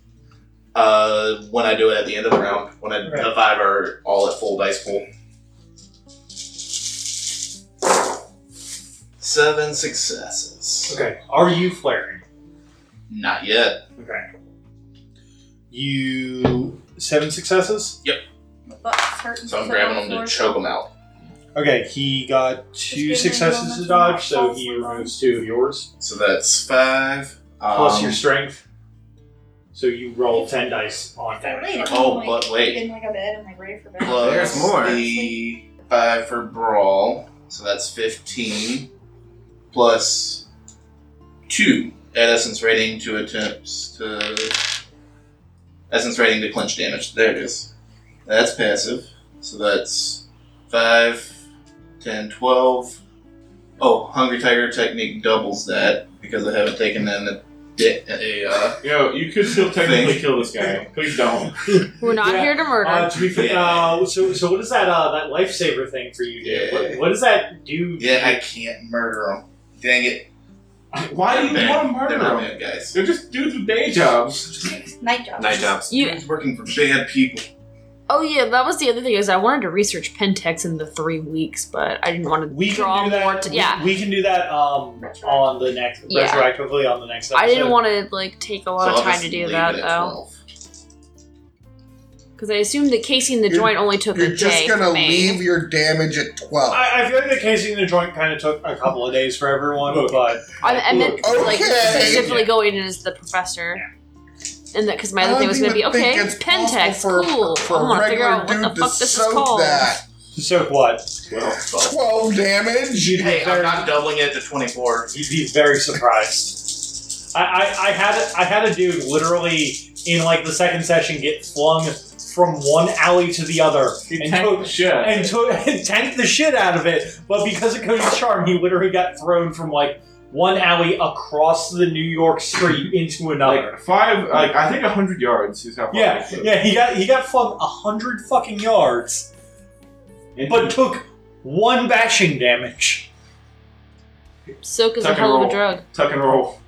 [SPEAKER 8] Uh, when I do it at the end of the round, when I,
[SPEAKER 1] Right.
[SPEAKER 8] the five are all at full dice pool. Seven successes.
[SPEAKER 1] Okay. Are you flaring?
[SPEAKER 8] Not yet.
[SPEAKER 1] Okay. You seven successes.
[SPEAKER 3] Butt's hurting
[SPEAKER 8] So I'm
[SPEAKER 3] so
[SPEAKER 8] grabbing them
[SPEAKER 3] hard.
[SPEAKER 8] to choke them out.
[SPEAKER 1] Okay, he got two
[SPEAKER 3] giving
[SPEAKER 1] successes
[SPEAKER 3] moments
[SPEAKER 1] to dodge,
[SPEAKER 3] of not
[SPEAKER 1] so he
[SPEAKER 3] false alarm.
[SPEAKER 1] removes two of yours
[SPEAKER 8] So that's five. Um,
[SPEAKER 1] plus your strength. So you roll ten dice on
[SPEAKER 3] Wait,
[SPEAKER 1] that.
[SPEAKER 3] I'm
[SPEAKER 8] Oh,
[SPEAKER 3] like,
[SPEAKER 8] but wait.
[SPEAKER 3] In like a bed, I'm like ready for bed.
[SPEAKER 8] Plus
[SPEAKER 2] There's more.
[SPEAKER 8] the five for brawl. So that's 15. Plus two at essence rating to attempts to. Essence rating to clinch damage. There it is. That's passive. So that's 5, 10, 12. Oh, Hungry Tiger technique doubles that because I haven't taken in a, di- a uh,
[SPEAKER 9] Yo, you could still technically
[SPEAKER 8] Thing.
[SPEAKER 9] kill this guy. Please don't.
[SPEAKER 5] We're not
[SPEAKER 1] Yeah.
[SPEAKER 5] here to murder.
[SPEAKER 1] Uh, to be fair, uh, so so what is that uh, that lifesaver thing for you do? What,
[SPEAKER 8] Yeah.
[SPEAKER 1] what does that do?
[SPEAKER 8] Yeah, I can't murder them. Dang it.
[SPEAKER 9] Why do you
[SPEAKER 8] They're
[SPEAKER 9] want
[SPEAKER 8] bad.
[SPEAKER 9] to murder
[SPEAKER 8] They're not
[SPEAKER 9] them?
[SPEAKER 8] bad guys.
[SPEAKER 9] They're just dudes with day jobs.
[SPEAKER 3] Night job.
[SPEAKER 2] Night jobs.
[SPEAKER 5] you,
[SPEAKER 8] He's working for bad people.
[SPEAKER 5] oh yeah, that was the other thing is I wanted to research Pentex in the three weeks, but I didn't want to
[SPEAKER 1] We
[SPEAKER 5] draw
[SPEAKER 1] can do that.
[SPEAKER 5] more. To,
[SPEAKER 1] we-
[SPEAKER 5] yeah,
[SPEAKER 1] we, can do that um, on the next
[SPEAKER 5] Yeah.
[SPEAKER 1] retroactively on the next. Episode.
[SPEAKER 5] I didn't want to like take a lot
[SPEAKER 8] So I'll
[SPEAKER 5] of time
[SPEAKER 8] just
[SPEAKER 5] to do
[SPEAKER 8] leave
[SPEAKER 5] that
[SPEAKER 8] it at
[SPEAKER 5] though,
[SPEAKER 8] 12.
[SPEAKER 5] because I assumed that casing the
[SPEAKER 7] You're-
[SPEAKER 5] joint only took a
[SPEAKER 7] You're
[SPEAKER 5] day.
[SPEAKER 7] just gonna
[SPEAKER 5] for me.
[SPEAKER 7] leave your damage at twelve.
[SPEAKER 1] I, I feel like the casing the joint kind of took a couple of days for everyone, but
[SPEAKER 5] I, I meant like
[SPEAKER 7] Okay.
[SPEAKER 5] specifically going in as the professor, and that because my other thing was gonna be okay, Pentex, cool. I'm gonna figure out what the fuck this is called.
[SPEAKER 1] so what?
[SPEAKER 8] Well, twelve.
[SPEAKER 7] Twelve damage.
[SPEAKER 1] You'd
[SPEAKER 8] Hey,
[SPEAKER 1] be
[SPEAKER 8] I'm
[SPEAKER 1] very,
[SPEAKER 8] not doubling it to 24.
[SPEAKER 1] you'd be very surprised. I, I, I had a, I had a dude literally in like the second session get flung from one alley to the other and
[SPEAKER 9] tanked
[SPEAKER 1] took
[SPEAKER 9] the shit.
[SPEAKER 1] and took and tanked the shit out of it. But because of Cody's charm, he literally got thrown from like one alley across the New York street into another.
[SPEAKER 9] like five, like I think hundred yards is how far.
[SPEAKER 1] Yeah,
[SPEAKER 9] he took.
[SPEAKER 1] yeah, he got he got flung a hundred fucking yards,
[SPEAKER 9] And
[SPEAKER 1] but took one bashing damage.
[SPEAKER 5] Soak is a
[SPEAKER 9] Tuck and
[SPEAKER 5] hell of
[SPEAKER 9] roll.
[SPEAKER 5] a drug.
[SPEAKER 9] tuck and roll.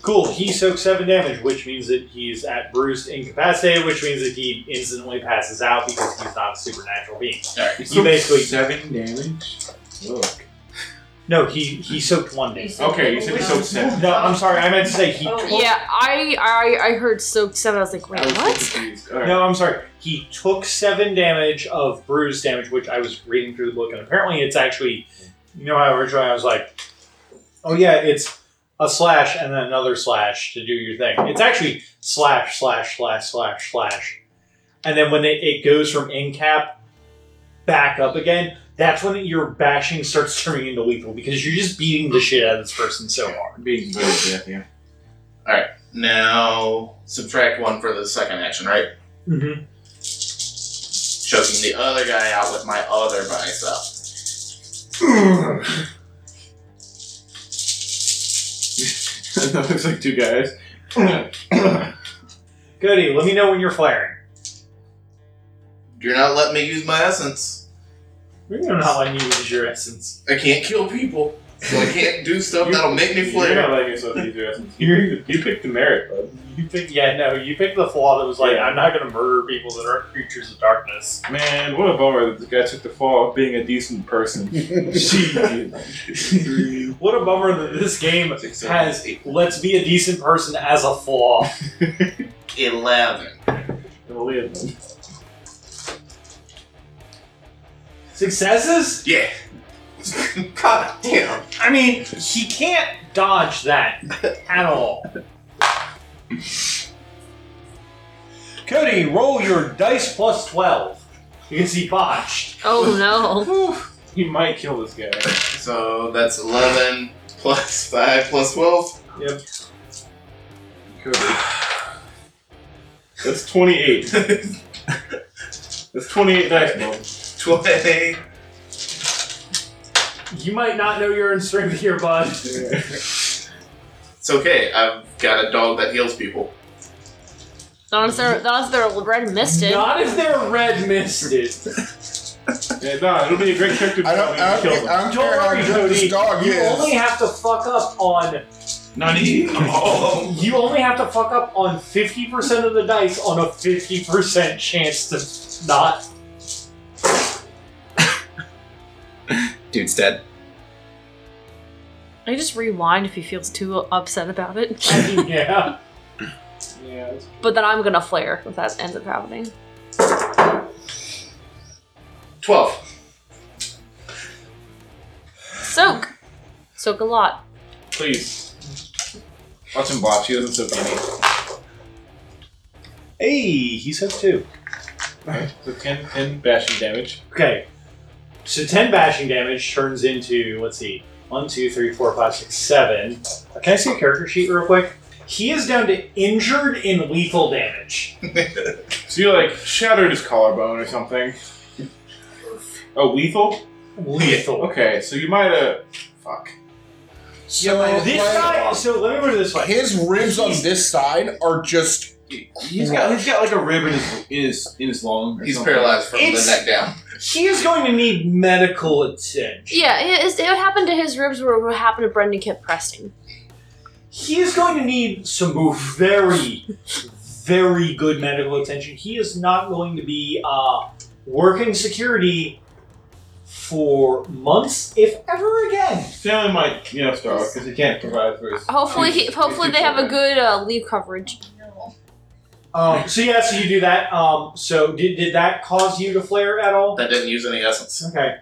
[SPEAKER 1] Cool. He soaks seven damage, which means that he's at bruised incapacitated, which means that he instantly passes out because he's not a supernatural being.
[SPEAKER 9] You
[SPEAKER 1] took basically-
[SPEAKER 9] seven damage. Look.
[SPEAKER 1] No, he he soaked one damage.
[SPEAKER 9] Okay, you said he soaked seven.
[SPEAKER 1] No, I'm sorry. I meant to say he.
[SPEAKER 3] Oh.
[SPEAKER 1] Took,
[SPEAKER 5] Yeah, I I I heard soak seven. I was like, wait,
[SPEAKER 9] I was so
[SPEAKER 5] what?
[SPEAKER 9] confused. All right.
[SPEAKER 1] No, I'm sorry. He took seven damage of bruise damage, which I was reading through the book, and apparently it's actually, you know, how originally I was like, oh yeah, it's a slash and then another slash to do your thing. It's actually slash slash slash slash slash, and then when it, it goes from in cap back up again, that's when your bashing starts turning into lethal because you're just beating the shit out of this person so hard.
[SPEAKER 9] Being very deaf, yeah.
[SPEAKER 8] Now, subtract one for the second action, right?
[SPEAKER 1] Mm-hmm.
[SPEAKER 8] Choking the other guy out with my other bicep.
[SPEAKER 9] that looks like two guys.
[SPEAKER 1] Goody, let me know when you're flaring.
[SPEAKER 8] Do not let me use my essence.
[SPEAKER 1] We're not letting you use your essence.
[SPEAKER 8] I can't kill people. So I can't do stuff
[SPEAKER 9] You-
[SPEAKER 8] that'll make me
[SPEAKER 9] You're not
[SPEAKER 8] flare.
[SPEAKER 9] letting yourself use your essence. You, you picked the merit, bud.
[SPEAKER 1] You pick, yeah, no, you picked the flaw that was like,
[SPEAKER 9] Yeah.
[SPEAKER 1] I'm not going to murder people that aren't creatures of darkness.
[SPEAKER 9] Man, what a bummer that the guy took the fall of being a decent person. Jeez.
[SPEAKER 1] What a bummer that this game has let's be a decent person as a flaw.
[SPEAKER 8] 11.
[SPEAKER 1] Successes?
[SPEAKER 8] Yeah. God damn.
[SPEAKER 1] I mean, he can't dodge that at all. Cody, roll your dice plus 12. Because he botched.
[SPEAKER 5] Oh no.
[SPEAKER 9] he might kill this guy.
[SPEAKER 8] So that's 11 plus 5 plus 12.
[SPEAKER 1] Yep.
[SPEAKER 9] Could be. That's 28. That's 28 dice, bro.
[SPEAKER 8] 20.
[SPEAKER 1] You might not know your own strength here, bud.
[SPEAKER 8] It's okay. I've got a dog that heals people.
[SPEAKER 5] Not as they're, not as they're red misted.
[SPEAKER 1] Not if they're red misted.
[SPEAKER 9] Yeah, nah, it'll be a great character.
[SPEAKER 7] I don't, I
[SPEAKER 9] development to kill
[SPEAKER 7] don't,
[SPEAKER 9] them.
[SPEAKER 7] I don't
[SPEAKER 1] Don't
[SPEAKER 7] care how
[SPEAKER 1] worry,
[SPEAKER 7] good
[SPEAKER 1] Cody.
[SPEAKER 7] this dog
[SPEAKER 1] you only
[SPEAKER 7] is.
[SPEAKER 1] have to fuck up on
[SPEAKER 8] Nani, come home.
[SPEAKER 1] you only have to fuck up on fifty percent of the dice on a fifty percent chance to not.
[SPEAKER 2] Dude's dead.
[SPEAKER 5] I just rewind if he feels too upset about it.
[SPEAKER 1] I mean, yeah.
[SPEAKER 5] but then I'm gonna flare if that ends up happening.
[SPEAKER 8] 12.
[SPEAKER 5] Soak. Soak a lot.
[SPEAKER 9] Please. Watch him block. She doesn't soak any.
[SPEAKER 10] Hey, he says two.
[SPEAKER 9] Alright, so 10, 10 bashing damage.
[SPEAKER 1] Okay. So ten bashing damage turns into let's see, one, two, three, four, five, six, seven. Can I see a character sheet real quick? He is down to injured in lethal damage.
[SPEAKER 9] So you like shattered his collarbone or something. Oh, lethal?
[SPEAKER 1] Lethal.
[SPEAKER 9] Okay, so you might have. Fuck.
[SPEAKER 7] So,
[SPEAKER 1] This
[SPEAKER 7] like,
[SPEAKER 1] guy. So let me put it this way.
[SPEAKER 7] his ribs on this side are just.
[SPEAKER 9] He's got he's got like a rib in his in his in his lung. or
[SPEAKER 8] He's
[SPEAKER 9] something.
[SPEAKER 8] paralyzed from
[SPEAKER 1] It's-
[SPEAKER 8] the neck down.
[SPEAKER 1] He is going to need medical attention.
[SPEAKER 5] Yeah, it, is, it would happen to his ribs or it would happen to Brendan kept pressing.
[SPEAKER 1] He is going to need some very, very good medical attention. He is not going to be uh, working security for months, if ever again.
[SPEAKER 9] His family might you know starve because he can't provide for his.
[SPEAKER 5] Hopefully, he,
[SPEAKER 9] his-
[SPEAKER 5] hopefully
[SPEAKER 9] his
[SPEAKER 5] they have a
[SPEAKER 9] children.
[SPEAKER 5] good uh, leave coverage.
[SPEAKER 3] No.
[SPEAKER 1] Um, so yeah, so you do that. Um, so did, did that cause you to flare at all?
[SPEAKER 8] That didn't use any essence.
[SPEAKER 1] Okay.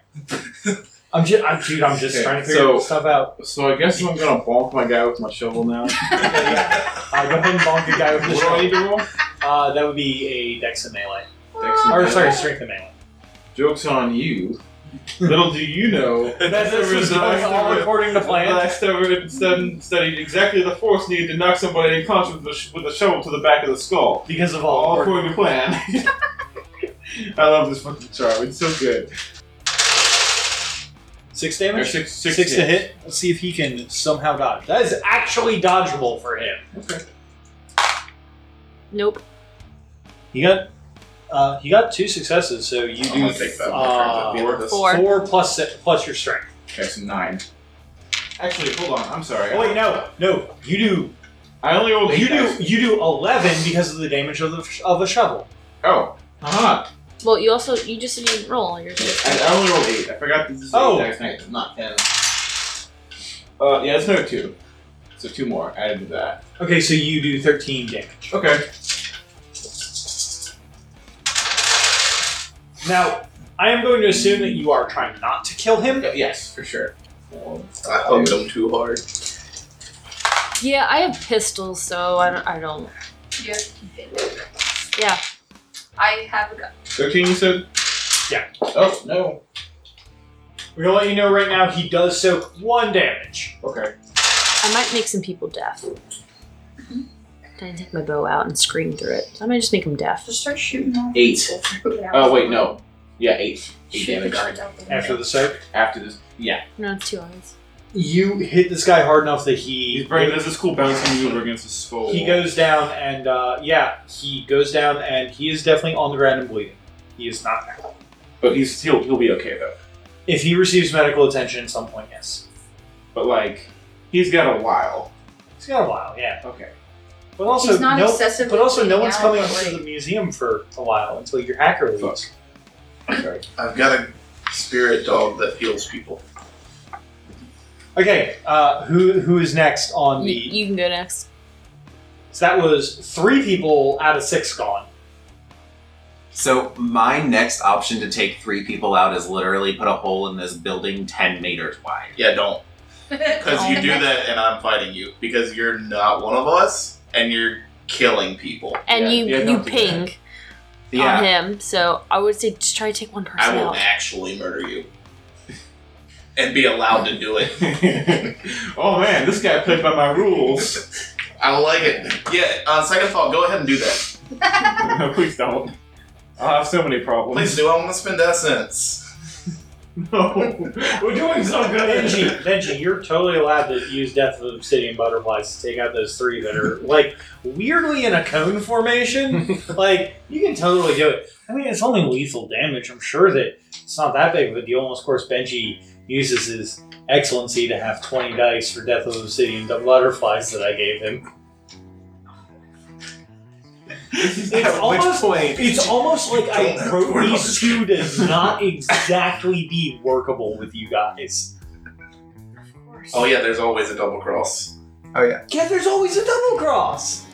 [SPEAKER 1] I'm just, I'm, dude, I'm just
[SPEAKER 9] Okay,
[SPEAKER 1] trying to figure
[SPEAKER 9] so-
[SPEAKER 1] this stuff out.
[SPEAKER 9] So I guess I'm gonna bonk my guy with my shovel now.
[SPEAKER 1] Uh, go ahead and bonk your guy with the
[SPEAKER 9] what do I need
[SPEAKER 1] shovel.
[SPEAKER 9] to roll?
[SPEAKER 1] Uh, that would be a dex and melee.
[SPEAKER 9] Dex and
[SPEAKER 1] Or sorry,
[SPEAKER 9] melee.
[SPEAKER 1] strength and melee.
[SPEAKER 9] Jokes on you. Little do you know
[SPEAKER 1] That's
[SPEAKER 9] the result
[SPEAKER 1] all
[SPEAKER 9] of
[SPEAKER 1] according to plan.
[SPEAKER 9] I studied, studied, studied exactly the force needed to knock somebody unconscious with a, sh- with a shovel to the back of the skull.
[SPEAKER 1] Because of all
[SPEAKER 9] All
[SPEAKER 1] work.
[SPEAKER 9] according to plan. I love this fucking chart. It's so good.
[SPEAKER 10] Six
[SPEAKER 9] Or
[SPEAKER 10] damage?
[SPEAKER 9] Six,
[SPEAKER 10] Six,
[SPEAKER 9] six,
[SPEAKER 10] to hit. Let's see if he can somehow dodge.
[SPEAKER 1] That is actually dodgeable for him.
[SPEAKER 5] Nope.
[SPEAKER 10] He got uh, he got two successes, so you
[SPEAKER 8] I'm
[SPEAKER 10] do
[SPEAKER 8] gonna take that.
[SPEAKER 10] uh,
[SPEAKER 8] Be worth this.
[SPEAKER 5] Four.
[SPEAKER 10] four plus se- plus your strength.
[SPEAKER 9] Okay, so nine. Actually, hold on. I'm sorry.
[SPEAKER 1] Oh wait, no, no. You do Oh,
[SPEAKER 9] I only rolled
[SPEAKER 1] you
[SPEAKER 9] eight dice.
[SPEAKER 1] do you do eleven because of the damage of the of a shovel.
[SPEAKER 9] Oh. Uh-huh.
[SPEAKER 5] Well, you also you just didn't even roll. You're just,
[SPEAKER 9] I, I only rolled eight. I forgot this is eight
[SPEAKER 1] Oh.
[SPEAKER 9] dice, not- not ten. Uh, yeah, it's another two. So two more added to that.
[SPEAKER 1] Okay, so you do thirteen damage.
[SPEAKER 9] Okay.
[SPEAKER 1] Now, I am going to assume that you are trying not to kill him.
[SPEAKER 9] Yes, for sure.
[SPEAKER 8] I hugged him too hard.
[SPEAKER 5] yeah, I have pistols, so I don't. I don't.
[SPEAKER 3] You have to keep it.
[SPEAKER 5] Yeah.
[SPEAKER 3] I have a gun.
[SPEAKER 9] 13, you said?
[SPEAKER 1] Yeah.
[SPEAKER 9] Oh, no.
[SPEAKER 1] We're gonna let you know right now he does soak one damage.
[SPEAKER 9] Okay.
[SPEAKER 5] I might make some people deaf. Mm-hmm. Then I take my bow out and scream through it. So I might just make them deaf.
[SPEAKER 3] Just start shooting all
[SPEAKER 9] Eight. Oh, wait, no. Yeah, eight. Eight
[SPEAKER 3] Shoot the
[SPEAKER 9] damage.
[SPEAKER 3] guards out the window.
[SPEAKER 1] After the soak,
[SPEAKER 9] After this. Yeah.
[SPEAKER 5] No, two eyes.
[SPEAKER 1] you hit this guy hard enough that he
[SPEAKER 9] His brain does this cool bouncing maneuver against his skull.
[SPEAKER 1] He goes down and uh, yeah, he goes down and he is definitely on the ground and bleeding. He is not.
[SPEAKER 9] But he's he'll, he'll be okay, though.
[SPEAKER 1] If he receives medical attention at some point, yes.
[SPEAKER 9] But, like, he's got a while.
[SPEAKER 1] He's got a while, yeah.
[SPEAKER 9] Okay.
[SPEAKER 1] But also,
[SPEAKER 3] He's not
[SPEAKER 1] no,
[SPEAKER 3] excessively
[SPEAKER 1] but also no one's
[SPEAKER 3] out,
[SPEAKER 1] coming
[SPEAKER 3] but,
[SPEAKER 1] to
[SPEAKER 3] like-
[SPEAKER 1] the museum for a while until your hacker leaves.
[SPEAKER 9] Fuck. Sorry.
[SPEAKER 8] I've got a spirit dog that heals people.
[SPEAKER 1] Okay, uh, who who is next on the?
[SPEAKER 5] You, you can go next.
[SPEAKER 1] So that was three people out of six gone.
[SPEAKER 2] So my next option to take three people out is literally put a hole in this building ten meters wide.
[SPEAKER 8] Yeah, don't. Because you do that and I'm fighting you. Because you're not one of us and you're killing people.
[SPEAKER 5] And
[SPEAKER 9] Yeah,
[SPEAKER 5] you
[SPEAKER 9] yeah,
[SPEAKER 5] you
[SPEAKER 9] don't do that.
[SPEAKER 5] ping
[SPEAKER 2] Yeah.
[SPEAKER 5] on him. So I would say just try to take one person
[SPEAKER 8] I will
[SPEAKER 5] out.
[SPEAKER 8] actually murder you. and be allowed to do it.
[SPEAKER 9] oh, man, this guy played by my rules.
[SPEAKER 8] uh, I like it. Yeah, on second thought, go ahead and do that.
[SPEAKER 9] no, please don't.
[SPEAKER 6] I'll have so many problems.
[SPEAKER 8] Please do. I want to spend essence.
[SPEAKER 6] No. We're doing so
[SPEAKER 1] Benji,
[SPEAKER 6] good.
[SPEAKER 1] Benji, you're totally allowed to use Death of Obsidian Butterflies to take out those three that are like weirdly in a cone formation. like you can totally do it. I mean, it's only lethal damage. I'm sure that it's not that big of a deal. Unless, of course, Benji uses his excellency to have 20 dice for Death of Obsidian Butterflies that I gave him. It's almost
[SPEAKER 2] point?
[SPEAKER 1] It's almost like I
[SPEAKER 8] Don't
[SPEAKER 1] wrote
[SPEAKER 8] worry
[SPEAKER 1] these two to not exactly be workable with you guys.
[SPEAKER 3] Of course.
[SPEAKER 8] Oh yeah, there's always a double cross.
[SPEAKER 1] Yeah, there's always a double cross.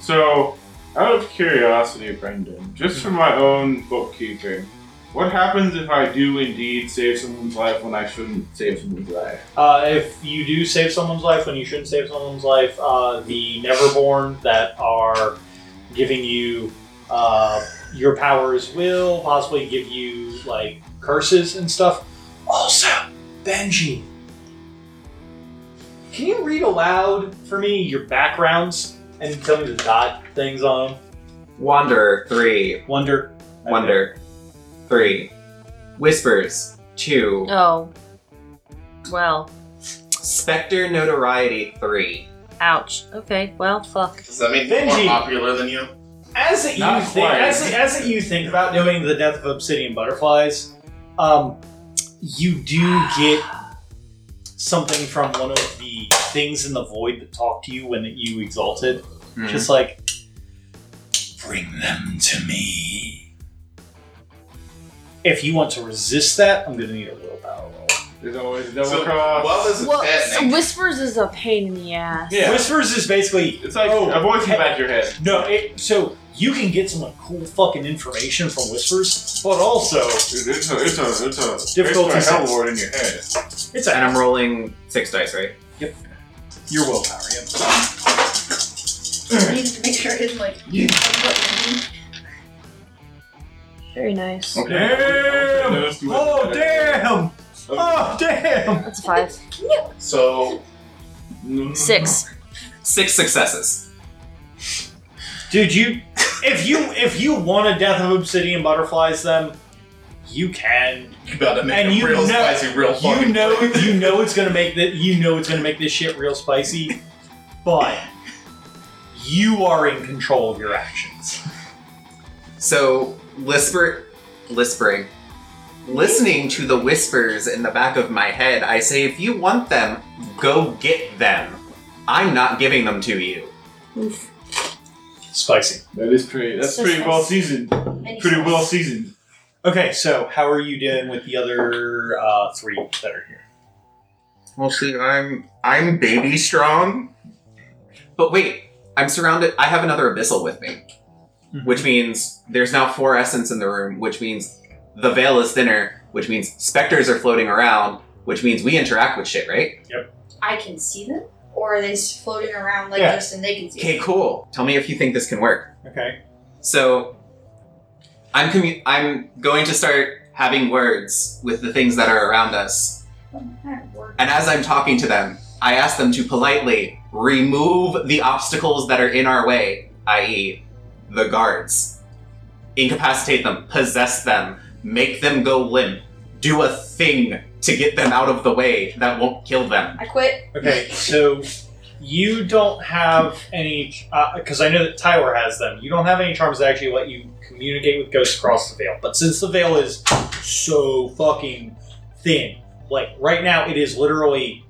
[SPEAKER 6] So, out of curiosity, Brendan, just for my own bookkeeping, what happens if I do indeed save someone's life when I shouldn't save someone's life?
[SPEAKER 1] Uh, if you do save someone's life when you shouldn't save someone's life, uh, the Neverborn that are giving you uh, your powers will possibly give you like curses and stuff. Also, Benji, can you read aloud for me your backgrounds and tell me the dot things on them?
[SPEAKER 2] Wander three.
[SPEAKER 1] Wonder.
[SPEAKER 2] Wonder three. Whispers two.
[SPEAKER 5] Oh. Well,
[SPEAKER 2] Spectre notoriety three.
[SPEAKER 5] ouch. Okay, well, fuck.
[SPEAKER 8] Does that make
[SPEAKER 1] Benji.
[SPEAKER 8] me more popular than you?
[SPEAKER 1] as it you
[SPEAKER 6] Not
[SPEAKER 1] think,
[SPEAKER 6] quite.
[SPEAKER 1] as, it- as it you think about doing the death of obsidian butterflies, um, you do get something from one of the things in the void that talked to you when you exalted.
[SPEAKER 6] Mm-hmm.
[SPEAKER 2] Hmm.
[SPEAKER 1] Just like, bring them to me. If you want to resist that, I'm gonna need a willpower roll.
[SPEAKER 6] There's always a double
[SPEAKER 8] So,
[SPEAKER 6] cross.
[SPEAKER 8] while this is
[SPEAKER 5] Well, so
[SPEAKER 8] happening,
[SPEAKER 5] Whispers is a pain in the ass.
[SPEAKER 6] Yeah.
[SPEAKER 1] Whispers is basically
[SPEAKER 6] it's like
[SPEAKER 1] Oh,
[SPEAKER 6] a voice in the
[SPEAKER 1] okay.
[SPEAKER 6] back of your head.
[SPEAKER 1] no. It, so you can get some like, cool fucking information from whispers, but also
[SPEAKER 6] Dude, it's a, it's a, it's a,
[SPEAKER 1] Difficulty
[SPEAKER 6] it's a hell
[SPEAKER 1] six.
[SPEAKER 6] word in your head.
[SPEAKER 1] it's
[SPEAKER 2] And
[SPEAKER 1] a
[SPEAKER 2] I'm rolling six dice, right?
[SPEAKER 1] your willpower. Yep.
[SPEAKER 3] I need to make sure I didn't like.
[SPEAKER 5] Very nice.
[SPEAKER 1] Damn!
[SPEAKER 6] Those two-
[SPEAKER 1] Oh damn! Oh damn!
[SPEAKER 5] That's a five.
[SPEAKER 8] so
[SPEAKER 5] Six.
[SPEAKER 2] Six successes.
[SPEAKER 1] Dude, you if you if you want a death of obsidian butterflies them, you can.
[SPEAKER 8] you about to make
[SPEAKER 1] And
[SPEAKER 8] it
[SPEAKER 1] you
[SPEAKER 8] real
[SPEAKER 1] know-
[SPEAKER 8] spicy, real
[SPEAKER 1] You
[SPEAKER 8] fucking
[SPEAKER 1] know
[SPEAKER 8] quick.
[SPEAKER 1] you know it's gonna make that you know it's gonna make this shit real spicy, but you are in control of your actions.
[SPEAKER 2] So whisper, whispering, listening to the whispers in the back of my head, I say, if you want them, go get them. I'm not giving them to you.
[SPEAKER 1] Spicy.
[SPEAKER 6] That is pretty. That's
[SPEAKER 3] So
[SPEAKER 6] pretty
[SPEAKER 3] spicy.
[SPEAKER 6] well seasoned. Pretty well seasoned.
[SPEAKER 1] Okay, so how are you doing with the other uh, three that are here?
[SPEAKER 2] Well, see, I'm I'm baby strong. But wait, I'm surrounded. I have another abyssal with me,
[SPEAKER 1] Mhm.
[SPEAKER 2] which means there's now four essence in the room, which means the veil is thinner, which means specters are floating around, which means we interact with shit, right?
[SPEAKER 3] I can see them, or are they s- floating around like
[SPEAKER 1] Yeah.
[SPEAKER 3] this and they can see?
[SPEAKER 2] Okay, cool. Tell me if you think this can work.
[SPEAKER 1] Okay.
[SPEAKER 2] So, I'm commu- I'm going to start having words with the things that are around us, and as I'm talking to them, I ask them to politely remove the obstacles that are in our way, i.e., the guards, incapacitate them, possess them, make them go limp, do a thing to get them out of the way that won't kill them.
[SPEAKER 3] I quit.
[SPEAKER 1] Okay, so you don't have any because I know that Tyler has them. You don't have any charms that actually let you communicate with ghosts across the veil. But since the veil is so fucking thin, like right now it is literally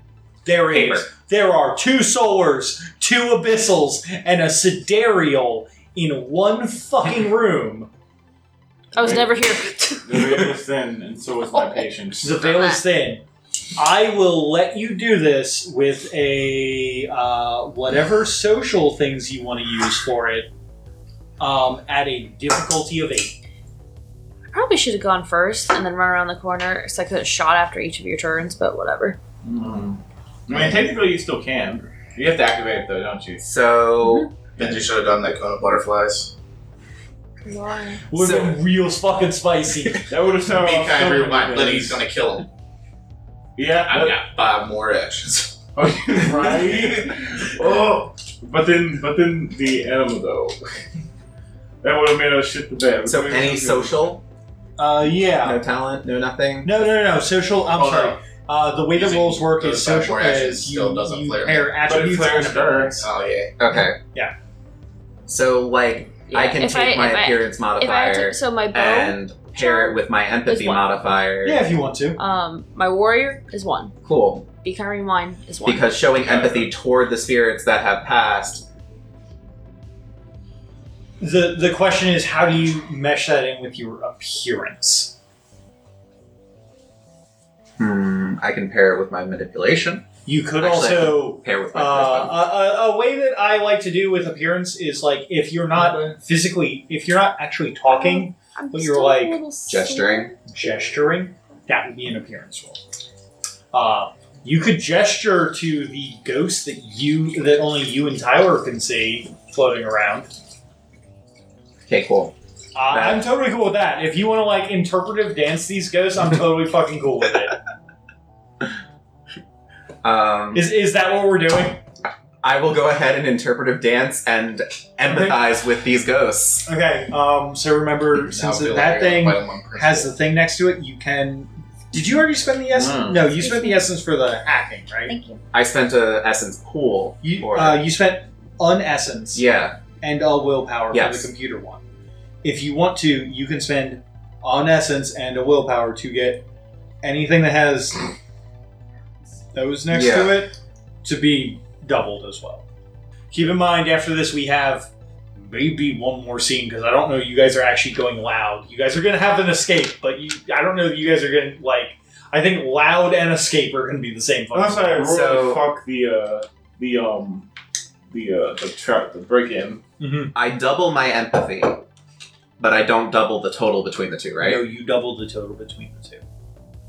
[SPEAKER 1] there is
[SPEAKER 2] Paper.
[SPEAKER 1] there are two solars, two abyssals, and a sidereal in one fucking room.
[SPEAKER 5] I was never here.
[SPEAKER 6] The veil is thin, and so is my patience.
[SPEAKER 1] The veil is thin. I will let you do this with a uh, whatever social things you want to use for it um, at a difficulty of eight.
[SPEAKER 5] I probably should have gone first and then run around the corner so I could have shot after each of your turns, but whatever.
[SPEAKER 6] Mm. I mean, technically, you still can. You have to activate it, though, don't you?
[SPEAKER 2] So,
[SPEAKER 8] Benji should have done that cone of butterflies.
[SPEAKER 5] Why?
[SPEAKER 1] Would
[SPEAKER 2] So-
[SPEAKER 1] have been real fucking spicy.
[SPEAKER 6] That would have
[SPEAKER 1] Oh,
[SPEAKER 6] sounded.
[SPEAKER 8] Be kind,
[SPEAKER 6] so
[SPEAKER 8] rewind,
[SPEAKER 6] good.
[SPEAKER 8] but he's gonna kill him.
[SPEAKER 6] Yeah,
[SPEAKER 8] I've got five more actions.
[SPEAKER 6] but, right.
[SPEAKER 8] oh,
[SPEAKER 6] But then, but then the animal though. That would have made us shit the bed.
[SPEAKER 2] So
[SPEAKER 6] Maybe
[SPEAKER 2] any
[SPEAKER 6] we should-
[SPEAKER 2] social,
[SPEAKER 1] Uh, yeah.
[SPEAKER 2] no talent, no nothing.
[SPEAKER 1] No, no, no. Social. I'm
[SPEAKER 8] Oh, no.
[SPEAKER 1] sorry. Uh, the way the
[SPEAKER 8] Using
[SPEAKER 1] roles work is
[SPEAKER 8] those bad
[SPEAKER 1] social
[SPEAKER 8] boy actions
[SPEAKER 1] is you,
[SPEAKER 8] still doesn't
[SPEAKER 1] you
[SPEAKER 8] flare
[SPEAKER 1] pair
[SPEAKER 6] But it
[SPEAKER 1] attributes
[SPEAKER 6] flares
[SPEAKER 1] and abilities.
[SPEAKER 8] Oh yeah.
[SPEAKER 2] Okay.
[SPEAKER 1] Yeah.
[SPEAKER 2] So like I can
[SPEAKER 5] If
[SPEAKER 2] take
[SPEAKER 5] I-
[SPEAKER 2] my
[SPEAKER 5] if I-
[SPEAKER 2] appearance
[SPEAKER 5] If I had
[SPEAKER 2] modifier
[SPEAKER 5] to, so my bow,
[SPEAKER 2] and pair it with my empathy
[SPEAKER 5] one.
[SPEAKER 2] modifier.
[SPEAKER 1] Yeah, if you want to.
[SPEAKER 5] um, my warrior is one.
[SPEAKER 2] Cool.
[SPEAKER 5] Be kind and mine is one.
[SPEAKER 2] Because showing empathy toward the spirits that have passed.
[SPEAKER 1] The the question is, how do you mesh that in with your appearance?
[SPEAKER 2] Hmm. I can pair it with my manipulation.
[SPEAKER 1] You could
[SPEAKER 2] Actually,
[SPEAKER 1] also
[SPEAKER 2] Pair with
[SPEAKER 1] uh,
[SPEAKER 2] my. charisma.
[SPEAKER 1] a, a, a way that I like to do with appearance is like if you're not physically, if you're not actually talking,
[SPEAKER 5] I'm
[SPEAKER 1] but you're
[SPEAKER 5] still a
[SPEAKER 1] like
[SPEAKER 5] little
[SPEAKER 2] gesturing.
[SPEAKER 1] Mm-hmm. gesturing, that would be an appearance roll. Uh, you could gesture to the ghost that you that only you and Tyler can see floating around.
[SPEAKER 2] Okay. Cool.
[SPEAKER 1] Uh, I'm totally cool with that. If you want to like interpretive dance these ghosts, I'm totally fucking cool with it.
[SPEAKER 2] Um.
[SPEAKER 1] Is is that what we're doing?
[SPEAKER 2] I will go ahead and interpretive dance and empathize with these ghosts.
[SPEAKER 1] Okay. Um. So remember, since
[SPEAKER 8] Now I feel
[SPEAKER 1] that
[SPEAKER 8] like I
[SPEAKER 1] thing
[SPEAKER 8] gotta fight one person.
[SPEAKER 1] has the thing next to it, you can. Did you already spend the essence?
[SPEAKER 6] Mm.
[SPEAKER 1] No, you spent the essence for the hacking, right?
[SPEAKER 3] Thank you.
[SPEAKER 2] I spent a essence pool.
[SPEAKER 1] You
[SPEAKER 2] or-
[SPEAKER 1] uh, you spent un essence
[SPEAKER 2] yeah.
[SPEAKER 1] and a willpower for
[SPEAKER 2] Yes.
[SPEAKER 1] the computer one. If you want to, you can spend un essence and a willpower to get anything that has those next
[SPEAKER 2] Yeah.
[SPEAKER 1] to it to be doubled as well. Keep in mind, after this, we have maybe one more scene because I don't know. You guys are actually going loud. You guys are going to have an escape, but you, I don't know. If you guys are going to like. I think loud and escape are going to be the same. fucking
[SPEAKER 6] Unless I
[SPEAKER 1] thing.
[SPEAKER 6] really
[SPEAKER 2] So-
[SPEAKER 6] fuck the uh, the um the uh the trap the break in.
[SPEAKER 1] Mhm.
[SPEAKER 2] I double my empathy, but I don't double the total between the two,
[SPEAKER 1] No,
[SPEAKER 2] right?
[SPEAKER 1] you doubled the total between the two.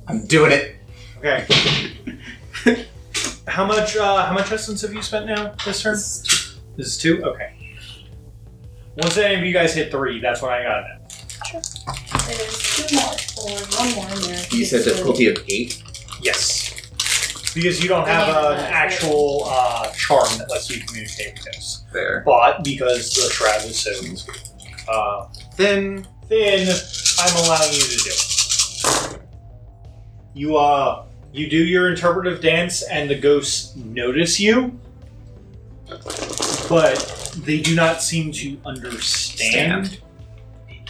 [SPEAKER 2] I'm doing it.
[SPEAKER 1] Okay. how much? Uh, how much essence have you spent now this turn? This is two. Okay. Once any of you guys hit three, that's when I got it.
[SPEAKER 3] There's two more, or one more in there.
[SPEAKER 2] You said difficulty of eight.
[SPEAKER 1] Yes. Because you don't have an actual uh, charm that lets you communicate with ghosts,
[SPEAKER 2] There.
[SPEAKER 1] but because the shroud is so uh,
[SPEAKER 2] Then
[SPEAKER 1] thin, I'm allowing you to do it. You uh, you do your interpretive dance, and the ghosts notice you, but they do not seem to understand.
[SPEAKER 2] stand.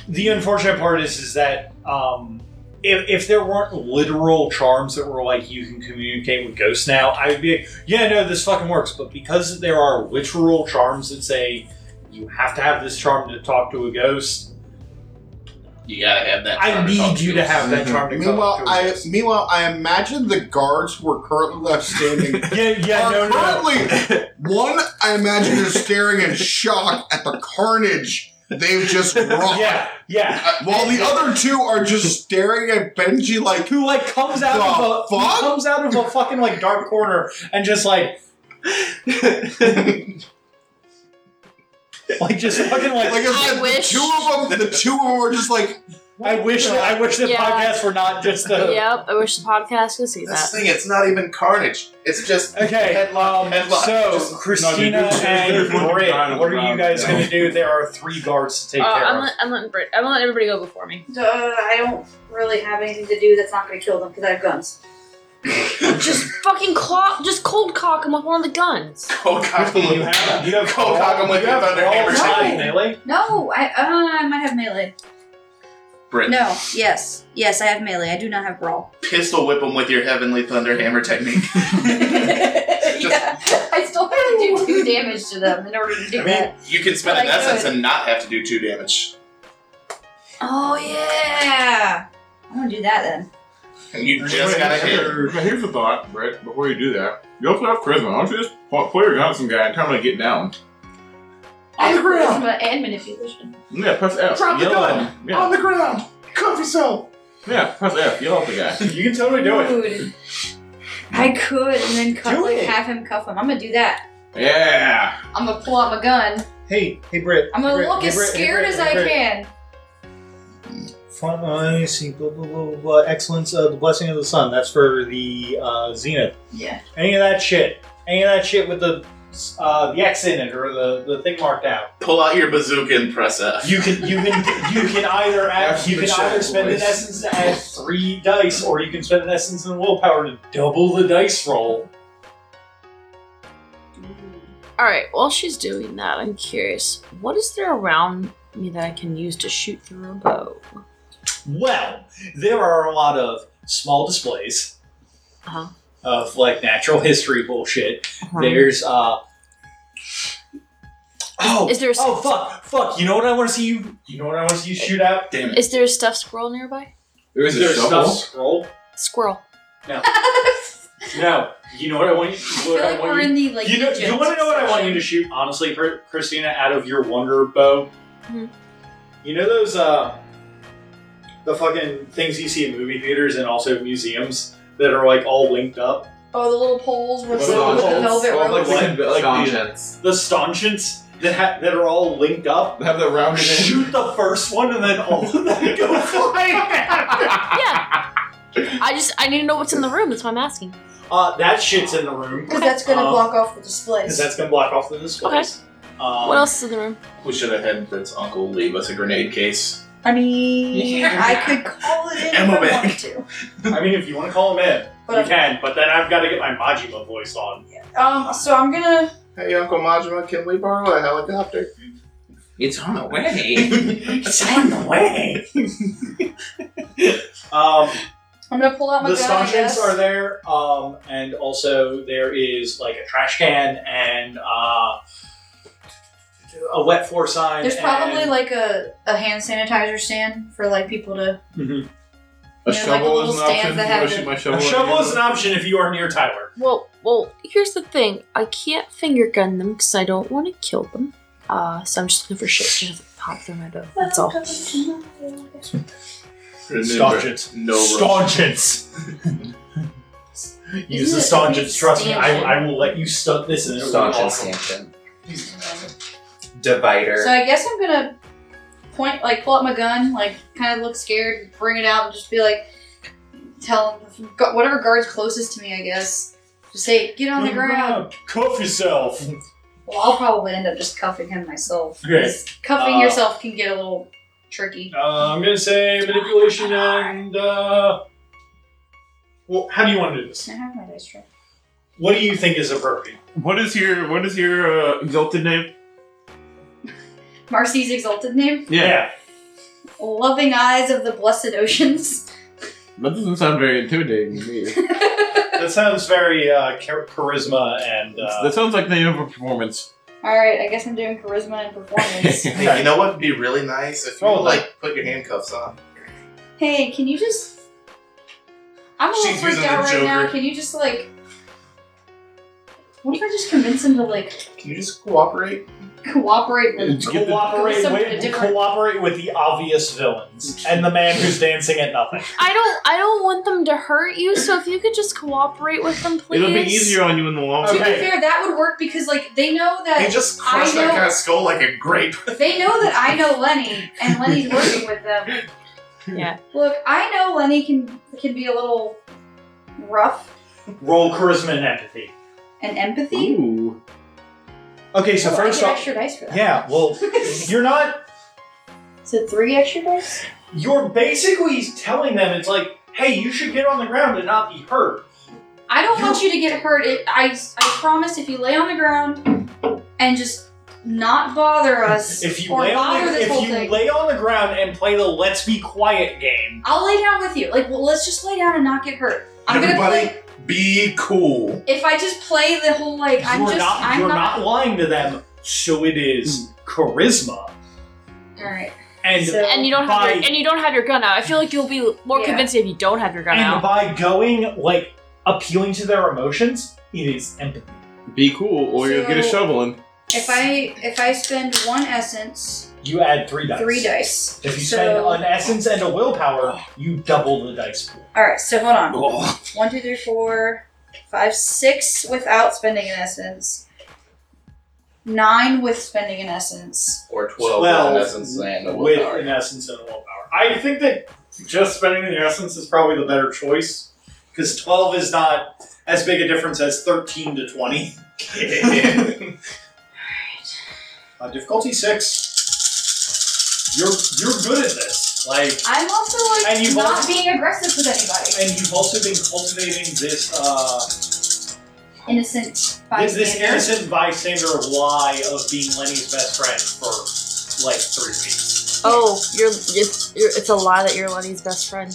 [SPEAKER 1] The unfortunate part is, is that um, if, if there weren't literal charms that were like you can communicate with ghosts now, I would be like, yeah, no, this fucking works. But because there are literal charms that say you have to have this charm to talk to a ghost,
[SPEAKER 8] You gotta have that.
[SPEAKER 1] I
[SPEAKER 8] charm
[SPEAKER 1] need
[SPEAKER 8] talk
[SPEAKER 1] you
[SPEAKER 8] to
[SPEAKER 1] to have that
[SPEAKER 2] Mhm.
[SPEAKER 1] charm to talk
[SPEAKER 7] Meanwhile,
[SPEAKER 1] to a
[SPEAKER 7] I
[SPEAKER 1] ghost.
[SPEAKER 7] meanwhile I imagine the guards who are currently left standing
[SPEAKER 1] Yeah, yeah,
[SPEAKER 7] are
[SPEAKER 1] no, no. no.
[SPEAKER 7] currently one. I imagine is staring in shock at the carnage they've just wrought,
[SPEAKER 1] Yeah, yeah.
[SPEAKER 7] Uh, while the other two are just staring at Benji like,
[SPEAKER 1] Who like comes out of
[SPEAKER 7] The
[SPEAKER 1] a
[SPEAKER 7] fuck?
[SPEAKER 1] who comes out of a fucking like dark corner and just like like just fucking like
[SPEAKER 7] like it's
[SPEAKER 5] I
[SPEAKER 7] like
[SPEAKER 5] wish-
[SPEAKER 7] the two of them. The two of them are just like,
[SPEAKER 1] I wish that I wish the
[SPEAKER 5] Yeah.
[SPEAKER 1] podcasts were not just the
[SPEAKER 5] Yep, I wish the podcast could see that.
[SPEAKER 8] That's the thing. It's not even carnage. It's just
[SPEAKER 1] Okay,
[SPEAKER 8] Headlock,
[SPEAKER 1] um,
[SPEAKER 8] headlock.
[SPEAKER 1] so
[SPEAKER 8] Just-
[SPEAKER 1] Christina
[SPEAKER 6] no, dude,
[SPEAKER 1] and
[SPEAKER 6] there's one
[SPEAKER 1] Britt,
[SPEAKER 6] guy on the
[SPEAKER 1] what are you
[SPEAKER 6] ground
[SPEAKER 1] guys
[SPEAKER 6] now.
[SPEAKER 1] going to do? There are three guards to
[SPEAKER 5] Uh,
[SPEAKER 1] take care
[SPEAKER 5] I'm,
[SPEAKER 1] of.
[SPEAKER 5] let, I'm letting Brit, I'm letting everybody go before me.
[SPEAKER 3] Duh, I don't really have anything to do that's not going to kill them because I have guns.
[SPEAKER 5] just fucking claw, just cold cock him with one of the guns.
[SPEAKER 8] Cold cock him
[SPEAKER 1] you
[SPEAKER 8] with
[SPEAKER 1] have you have
[SPEAKER 8] Cold cock 'em with
[SPEAKER 1] you
[SPEAKER 8] your
[SPEAKER 1] have
[SPEAKER 8] thunder
[SPEAKER 1] brawl
[SPEAKER 8] hammer.
[SPEAKER 1] time, melee.
[SPEAKER 3] No, I uh, I might have melee.
[SPEAKER 8] Brit.
[SPEAKER 3] No, yes, yes, I have melee. I do not have brawl.
[SPEAKER 8] Pistol whip him with your heavenly thunder hammer technique.
[SPEAKER 3] yeah, I still have to do two damage to them in order to do
[SPEAKER 8] I mean,
[SPEAKER 3] that.
[SPEAKER 8] you can spend
[SPEAKER 3] But
[SPEAKER 8] an
[SPEAKER 3] I
[SPEAKER 8] essence
[SPEAKER 3] could.
[SPEAKER 8] and not have to do two damage.
[SPEAKER 3] Oh yeah, I'm gonna do that then.
[SPEAKER 8] You just
[SPEAKER 6] Wait,
[SPEAKER 8] gotta
[SPEAKER 6] here's-
[SPEAKER 8] hit.
[SPEAKER 6] here's- Here's the thought, Brett. Before you do that, you also have charisma. Why don't you just pull, pull your gun at some guy and tell him to get down?
[SPEAKER 3] I have
[SPEAKER 8] ground.
[SPEAKER 3] charisma and manipulation.
[SPEAKER 6] Yeah, press F.
[SPEAKER 8] Drop the
[SPEAKER 6] yell
[SPEAKER 8] gun!
[SPEAKER 6] At him. Yeah.
[SPEAKER 8] the ground. Cuff yourself.
[SPEAKER 6] yeah, press F. Yell at the guy.
[SPEAKER 1] You can totally do it.
[SPEAKER 3] Dude, I could, and then cuff,
[SPEAKER 1] Do
[SPEAKER 3] like,
[SPEAKER 1] it.
[SPEAKER 3] have him cuff him. I'm gonna do that.
[SPEAKER 6] Yeah.
[SPEAKER 3] I'm gonna pull out my gun.
[SPEAKER 1] Hey, hey, Britt.
[SPEAKER 3] I'm gonna
[SPEAKER 1] Hey, Britt,
[SPEAKER 3] look
[SPEAKER 1] hey,
[SPEAKER 3] as
[SPEAKER 1] Britt, hey,
[SPEAKER 3] scared
[SPEAKER 1] Britt,
[SPEAKER 3] as
[SPEAKER 1] hey,
[SPEAKER 3] I
[SPEAKER 1] Britt.
[SPEAKER 3] can.
[SPEAKER 1] Front line, see, blah, blah, blah, blah, blah. Excellence of the blessing of the sun. That's for the uh, zenith.
[SPEAKER 3] Yeah.
[SPEAKER 1] Any of that shit. Any of that shit with the uh, the X in it or the, the thing marked out.
[SPEAKER 8] Pull out your bazooka and press F.
[SPEAKER 1] You can you can you can either add,
[SPEAKER 9] That's
[SPEAKER 1] you can
[SPEAKER 9] Michelle
[SPEAKER 1] either spend an
[SPEAKER 9] voice.
[SPEAKER 1] essence to add three dice, or you can spend an essence and willpower to double the dice roll.
[SPEAKER 5] All right. While she's doing that, I'm curious. What is there around me that I can use to shoot through a bow?
[SPEAKER 1] Well, there are a lot of small displays
[SPEAKER 5] Uh-huh.
[SPEAKER 1] of like natural history bullshit.
[SPEAKER 5] Uh-huh.
[SPEAKER 1] There's uh oh
[SPEAKER 5] is there a-
[SPEAKER 1] oh fuck fuck you know what I want to see you you know what I want to see you shoot out
[SPEAKER 8] Damn it.
[SPEAKER 5] Is there a stuffed squirrel nearby?
[SPEAKER 9] There is a
[SPEAKER 1] there's
[SPEAKER 9] shovel.
[SPEAKER 1] stuff scroll
[SPEAKER 5] Squirrel.
[SPEAKER 1] no you know what I want you what
[SPEAKER 3] I feel
[SPEAKER 1] I
[SPEAKER 3] like
[SPEAKER 1] want
[SPEAKER 3] we're
[SPEAKER 1] you-
[SPEAKER 3] in the like.
[SPEAKER 1] you know,
[SPEAKER 3] Egypt
[SPEAKER 1] you want to know what I want you to shoot, honestly, Chr- Christina, out of your wonder bow.
[SPEAKER 3] Mm-hmm.
[SPEAKER 5] Hmm.
[SPEAKER 1] You know those uh, the fucking things you see in movie theaters and also museums that are like all linked up.
[SPEAKER 3] Oh, the little poles with the,
[SPEAKER 1] Little
[SPEAKER 3] with the
[SPEAKER 1] poles.
[SPEAKER 3] velvet
[SPEAKER 9] Oh,
[SPEAKER 3] ropes.
[SPEAKER 9] like the, like the,
[SPEAKER 2] Conscience.
[SPEAKER 1] The staunchions that ha- that are all linked up.
[SPEAKER 9] have the rounded end.
[SPEAKER 1] Shoot the first one and then all of them go flying.
[SPEAKER 5] Yeah. I just I need to know what's in the room. That's why I'm asking.
[SPEAKER 1] Uh, that shit's in the room
[SPEAKER 3] Because that's going to
[SPEAKER 1] Um,
[SPEAKER 3] block off the
[SPEAKER 1] because
[SPEAKER 3] displays.
[SPEAKER 1] that's gonna block off the displays. Um,
[SPEAKER 5] What else is in the room?
[SPEAKER 8] We should have had Fritz Uncle leave us a grenade case.
[SPEAKER 3] I mean,
[SPEAKER 8] Yeah.
[SPEAKER 3] I could call it in
[SPEAKER 8] Ammo
[SPEAKER 3] if I
[SPEAKER 8] bag.
[SPEAKER 3] wanted to.
[SPEAKER 1] I mean, if you want to call them in,
[SPEAKER 3] But
[SPEAKER 1] you can. But then I've got to get my Majima voice on.
[SPEAKER 3] Um, so I'm gonna.
[SPEAKER 8] Hey, Uncle Majima, can we borrow a helicopter?
[SPEAKER 2] It's on the way.
[SPEAKER 1] It's on the way. um,
[SPEAKER 3] I'm gonna pull out Oh my
[SPEAKER 1] the
[SPEAKER 3] gun. I
[SPEAKER 1] stanchions
[SPEAKER 3] guess.
[SPEAKER 1] are there, um, and also there is like a trash can and uh, a wet floor sign.
[SPEAKER 3] There's probably
[SPEAKER 1] and-
[SPEAKER 3] like a, a hand sanitizer stand for like people to.
[SPEAKER 1] Mhm.
[SPEAKER 9] A
[SPEAKER 3] Yeah, like
[SPEAKER 9] shovel
[SPEAKER 3] the
[SPEAKER 9] is
[SPEAKER 3] little
[SPEAKER 9] an
[SPEAKER 3] stands
[SPEAKER 9] option.
[SPEAKER 3] that
[SPEAKER 9] You wanna
[SPEAKER 3] have
[SPEAKER 9] shoot
[SPEAKER 3] the-
[SPEAKER 9] my shovel
[SPEAKER 1] a
[SPEAKER 9] at
[SPEAKER 1] shovel
[SPEAKER 9] you?
[SPEAKER 1] is an option if you are near Tyler.
[SPEAKER 5] Well, well, here's the thing. I can't finger gun them because I don't want to kill them. Uh, so I'm just looking for shit to just pop through my bow. That's all.
[SPEAKER 1] Stanchions.
[SPEAKER 8] No rush.
[SPEAKER 1] Stanchions. Use the
[SPEAKER 3] Isn't it-
[SPEAKER 1] stanchions. Trust me,
[SPEAKER 3] Stanchion.
[SPEAKER 1] I, I will let you stunt this and it'll be
[SPEAKER 2] Staunch and
[SPEAKER 1] awesome.
[SPEAKER 2] stanchion. Divider.
[SPEAKER 3] So I guess I'm gonna point, like, pull out my gun, like, kind of look scared, bring it out, and just be like, tell gu- whatever guard's closest to me, I guess. Just say, get on the ground.
[SPEAKER 1] Cuff yourself.
[SPEAKER 3] Well, I'll probably end up just cuffing him myself.
[SPEAKER 1] Okay.
[SPEAKER 3] 'Cause Cuffing
[SPEAKER 1] Uh,
[SPEAKER 3] yourself can get a little tricky.
[SPEAKER 1] Uh, I'm gonna say manipulation and. Uh, well, how do you want to do this?
[SPEAKER 3] I have my dice tray.
[SPEAKER 1] What do you think is appropriate?
[SPEAKER 6] What is your what is your uh, exalted name?
[SPEAKER 3] Marcy's exalted name?
[SPEAKER 1] Yeah.
[SPEAKER 3] Loving Eyes of the Blessed Oceans.
[SPEAKER 6] That doesn't sound very intimidating to me.
[SPEAKER 1] that sounds very uh, char- charisma and. Uh,
[SPEAKER 6] that sounds like the name of a performance.
[SPEAKER 3] Alright, I guess I'm doing charisma and performance.
[SPEAKER 8] Hey, you know what would be really nice? If you
[SPEAKER 1] Oh,
[SPEAKER 8] like put your handcuffs on.
[SPEAKER 3] hey, can you just. I'm a little
[SPEAKER 8] She's
[SPEAKER 3] freaked
[SPEAKER 8] using
[SPEAKER 3] out
[SPEAKER 8] the
[SPEAKER 3] right now.
[SPEAKER 8] Joker.
[SPEAKER 3] Can you just, like. What if I just convince him to, like,
[SPEAKER 8] Can you just cooperate?
[SPEAKER 3] cooperate with.
[SPEAKER 6] Did you get the-
[SPEAKER 1] Cooperate
[SPEAKER 3] Some
[SPEAKER 1] with,
[SPEAKER 3] different-
[SPEAKER 1] cooperate with the obvious villains and the man who's dancing at nothing.
[SPEAKER 5] I don't I don't want them to hurt you. So if you could just cooperate with them, please.
[SPEAKER 6] It'll be easier on you in the long
[SPEAKER 3] To
[SPEAKER 6] run.
[SPEAKER 3] be
[SPEAKER 1] Okay.
[SPEAKER 3] fair, that would work because, like, they know that.
[SPEAKER 8] You just
[SPEAKER 3] I
[SPEAKER 8] crush that
[SPEAKER 3] know-
[SPEAKER 8] guy's skull like a grape.
[SPEAKER 3] They know that I know Lenny, and Lenny's working with them.
[SPEAKER 5] Yeah.
[SPEAKER 3] Look, I know Lenny can can be a little rough
[SPEAKER 1] Roll charisma and empathy.
[SPEAKER 3] and empathy.
[SPEAKER 6] Ooh.
[SPEAKER 1] Okay, so
[SPEAKER 3] Oh, I
[SPEAKER 1] first
[SPEAKER 3] get
[SPEAKER 1] off.
[SPEAKER 3] extra dice for that.
[SPEAKER 1] Yeah, well, you're not
[SPEAKER 3] So three extra dice.
[SPEAKER 1] you're basically telling them it's like, hey, you should get on the ground and not be hurt.
[SPEAKER 3] I don't
[SPEAKER 1] You-
[SPEAKER 3] want you to get hurt. It, I I promise, if you lay on the ground and just not bother us
[SPEAKER 1] If you
[SPEAKER 3] or
[SPEAKER 1] lay on
[SPEAKER 3] bother
[SPEAKER 1] the,
[SPEAKER 3] this
[SPEAKER 1] if
[SPEAKER 3] whole
[SPEAKER 1] you
[SPEAKER 3] thing,
[SPEAKER 1] lay on the ground and play the let's be quiet game,
[SPEAKER 3] I'll lay down with you. Like, well, let's just lay down and not get hurt. I'm
[SPEAKER 8] Everybody,
[SPEAKER 3] gonna play.
[SPEAKER 8] be cool.
[SPEAKER 3] If I just play the whole like, I'm
[SPEAKER 1] you're
[SPEAKER 3] just
[SPEAKER 1] not
[SPEAKER 3] I'm
[SPEAKER 1] you're not, lying to them. So it is charisma,
[SPEAKER 3] All right.
[SPEAKER 1] and
[SPEAKER 3] So-
[SPEAKER 5] And you don't have your,
[SPEAKER 1] Bye.
[SPEAKER 5] and you don't have your gun out. I feel like you'll be more
[SPEAKER 3] Yeah.
[SPEAKER 5] convincing if you don't have your gun
[SPEAKER 1] and
[SPEAKER 5] out.
[SPEAKER 1] by going like appealing to their emotions, it is empathy.
[SPEAKER 6] Be cool, or you'll get a
[SPEAKER 3] So-
[SPEAKER 6] shovel and
[SPEAKER 3] If I if I spend one essence,
[SPEAKER 1] You add three dice.
[SPEAKER 3] three dice.
[SPEAKER 1] If you
[SPEAKER 3] So-
[SPEAKER 1] spend an essence and a willpower, you double the dice pool.
[SPEAKER 3] All right, so hold on. One, two, three, four, five, six without spending an essence. Nine with spending an essence.
[SPEAKER 8] Or 12
[SPEAKER 1] Well,
[SPEAKER 8] in essence and a
[SPEAKER 1] with
[SPEAKER 8] willpower.
[SPEAKER 1] an essence and a willpower. I think that just spending the essence is probably the better choice because 12 is not as big a difference as 13 to 20. uh, difficulty 6. You're, you're good at this. Like,
[SPEAKER 3] I'm also like
[SPEAKER 1] And you've
[SPEAKER 3] not
[SPEAKER 1] also-
[SPEAKER 3] being aggressive with anybody.
[SPEAKER 1] and you've also been cultivating this uh, this,
[SPEAKER 3] Innocent
[SPEAKER 1] this
[SPEAKER 3] bystander.
[SPEAKER 1] innocent bystander lie of being Lenny's best friend for like three weeks.
[SPEAKER 5] Oh, you're it's you're, it's a lie that you're Lenny's best friend.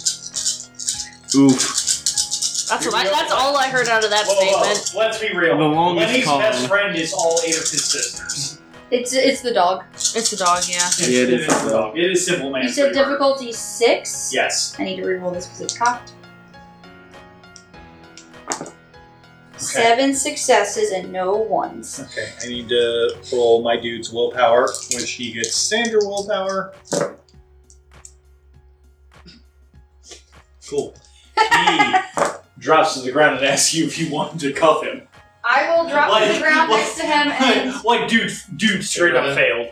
[SPEAKER 2] Oof.
[SPEAKER 5] That's what I, that's all I heard out of that
[SPEAKER 1] Whoa, whoa,
[SPEAKER 5] statement.
[SPEAKER 1] Let's be real.
[SPEAKER 11] The longest
[SPEAKER 1] Lenny's
[SPEAKER 11] con.
[SPEAKER 1] best friend is all eight of his sisters.
[SPEAKER 3] It's it's the dog.
[SPEAKER 5] It's the dog, yeah.
[SPEAKER 1] Yeah,
[SPEAKER 2] it is
[SPEAKER 1] It is,
[SPEAKER 2] simple.
[SPEAKER 1] dog. It is simple, man.
[SPEAKER 3] You said
[SPEAKER 1] pretty hard.
[SPEAKER 3] difficulty six.
[SPEAKER 1] Yes.
[SPEAKER 3] I need to re-roll this because it's cocked. Seven successes and no ones.
[SPEAKER 1] Okay, I need to roll my dude's willpower, which he gets standard willpower. Cool. He drops to the ground and asks you if you want to cuff him.
[SPEAKER 3] I will drop to
[SPEAKER 1] Like-
[SPEAKER 3] the ground
[SPEAKER 1] like-
[SPEAKER 3] next to him and
[SPEAKER 1] like, dude, dude straight up failed.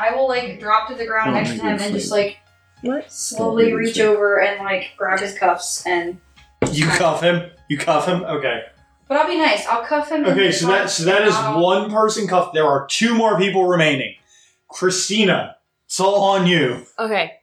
[SPEAKER 3] I will like drop to the ground
[SPEAKER 11] Oh,
[SPEAKER 3] next
[SPEAKER 11] my
[SPEAKER 3] to him
[SPEAKER 11] good
[SPEAKER 3] and just
[SPEAKER 11] friend.
[SPEAKER 3] like slowly
[SPEAKER 11] Oh,
[SPEAKER 3] reach
[SPEAKER 11] good
[SPEAKER 3] over and like grab his cuffs and.
[SPEAKER 1] You cuff him. You cuff him. Okay.
[SPEAKER 3] But I'll be nice. I'll cuff him.
[SPEAKER 1] Okay,
[SPEAKER 3] and
[SPEAKER 1] so that so that is one person cuffed. There are two more people remaining. Christina, it's all on you.
[SPEAKER 5] Okay,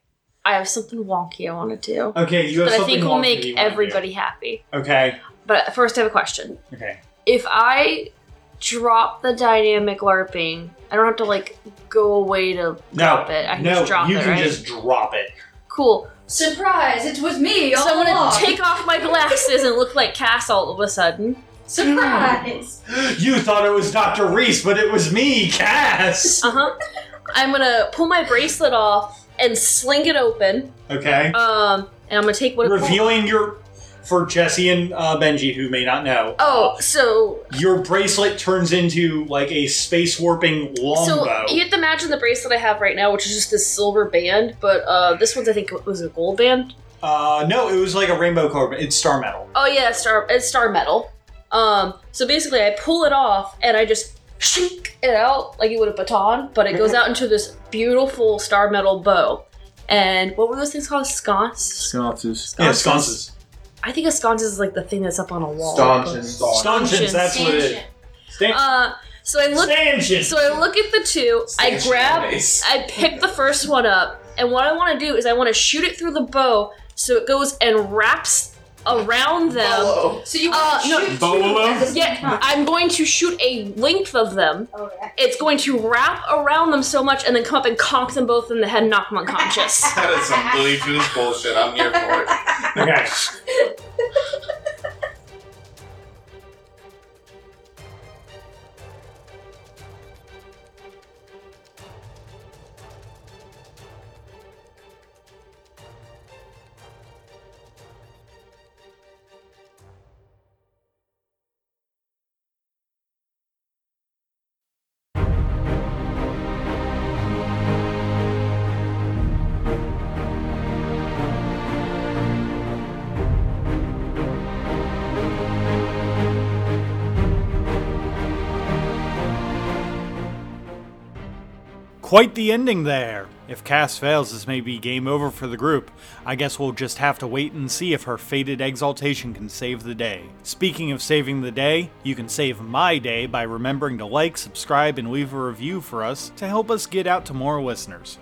[SPEAKER 5] I have something wonky I want to do,
[SPEAKER 1] Okay, you have
[SPEAKER 5] but I
[SPEAKER 1] something
[SPEAKER 5] think will
[SPEAKER 1] wrong
[SPEAKER 5] make
[SPEAKER 1] that you wanna do.
[SPEAKER 5] everybody happy.
[SPEAKER 1] Okay.
[SPEAKER 5] But first, I have a question.
[SPEAKER 1] Okay.
[SPEAKER 5] If I drop the dynamic larping, I don't have to like go away to drop it. I can
[SPEAKER 1] no,
[SPEAKER 5] just drop
[SPEAKER 1] you
[SPEAKER 5] it,
[SPEAKER 1] can
[SPEAKER 5] right?
[SPEAKER 1] just drop it.
[SPEAKER 5] Cool.
[SPEAKER 3] Surprise! It was me.
[SPEAKER 5] So
[SPEAKER 3] All
[SPEAKER 5] I'm gonna
[SPEAKER 3] along.
[SPEAKER 5] take off my glasses and look like Cass all of a sudden.
[SPEAKER 3] Surprise!
[SPEAKER 1] You thought it was Dr. Reese, but it was me, Cass.
[SPEAKER 5] Uh huh. I'm gonna pull my bracelet off and sling it open.
[SPEAKER 1] Okay.
[SPEAKER 5] Um, and I'm gonna take what.
[SPEAKER 1] Revealing your for Jesse and uh, Benji, who may not know.
[SPEAKER 5] Oh, so
[SPEAKER 1] Your bracelet turns into like a space warping longbow.
[SPEAKER 5] So you have to imagine the bracelet I have right now, which is just this silver band, but uh, this one's I think was a gold band.
[SPEAKER 1] uh, no, it was like a rainbow carbon. It's star metal.
[SPEAKER 5] Oh yeah, it's star it's star metal. Um, so basically I pull it off and I just shink it out like you would a baton, but it goes out into this beautiful star metal bow. And what were those things called? Sconce?
[SPEAKER 11] Sconces.
[SPEAKER 1] Yeah,
[SPEAKER 5] Sconces.
[SPEAKER 1] sconces.
[SPEAKER 5] I think a sconce is like the thing that's up on a wall.
[SPEAKER 1] Stanchions, that's what it is. Stan-
[SPEAKER 5] Uh, so I look.
[SPEAKER 1] stanchions.
[SPEAKER 5] So I look at the two. I grab I pick the first one up, and what I want to do is I want to shoot it through the bow so it goes and wraps around them.
[SPEAKER 3] So you
[SPEAKER 5] Uh,
[SPEAKER 3] want to
[SPEAKER 5] no.
[SPEAKER 3] shoot two
[SPEAKER 6] Bolo?
[SPEAKER 3] at the same
[SPEAKER 5] Yeah,
[SPEAKER 3] time. Oh,
[SPEAKER 5] I'm going to shoot a length of them.
[SPEAKER 3] Okay.
[SPEAKER 5] It's going to wrap around them so much and then come up and conk them both in the head and knock them unconscious.
[SPEAKER 8] That is some Billy Jews bullshit. I'm here for it.
[SPEAKER 1] okay.
[SPEAKER 4] Quite the ending there. If Cass fails, this may be game over for the group. I guess we'll just have to wait and see if her fated exaltation can save the day. Speaking of saving the day, you can save my day by remembering to like, subscribe, and leave a review for us to help us get out to more listeners.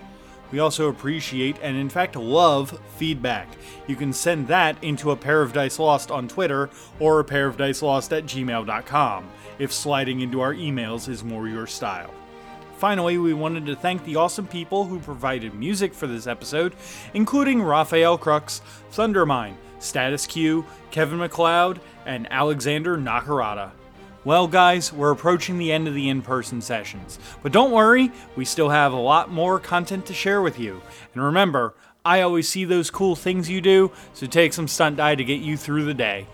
[SPEAKER 4] We also appreciate and, in fact, love feedback. You can send that into a pair of dice lost on Twitter or a pair of dice lost at gmail.com if sliding into our emails is more your style. Finally, we wanted to thank the awesome people who provided music for this episode, including Raphael Crux, Thundermine, Status Q, Kevin McLeod, and Alexander Nakarada. Well, guys, we're approaching the end of the in person sessions, but don't worry, we still have a lot more content to share with you. And remember, I always see those cool things you do, so take some stunt die to get you through the day.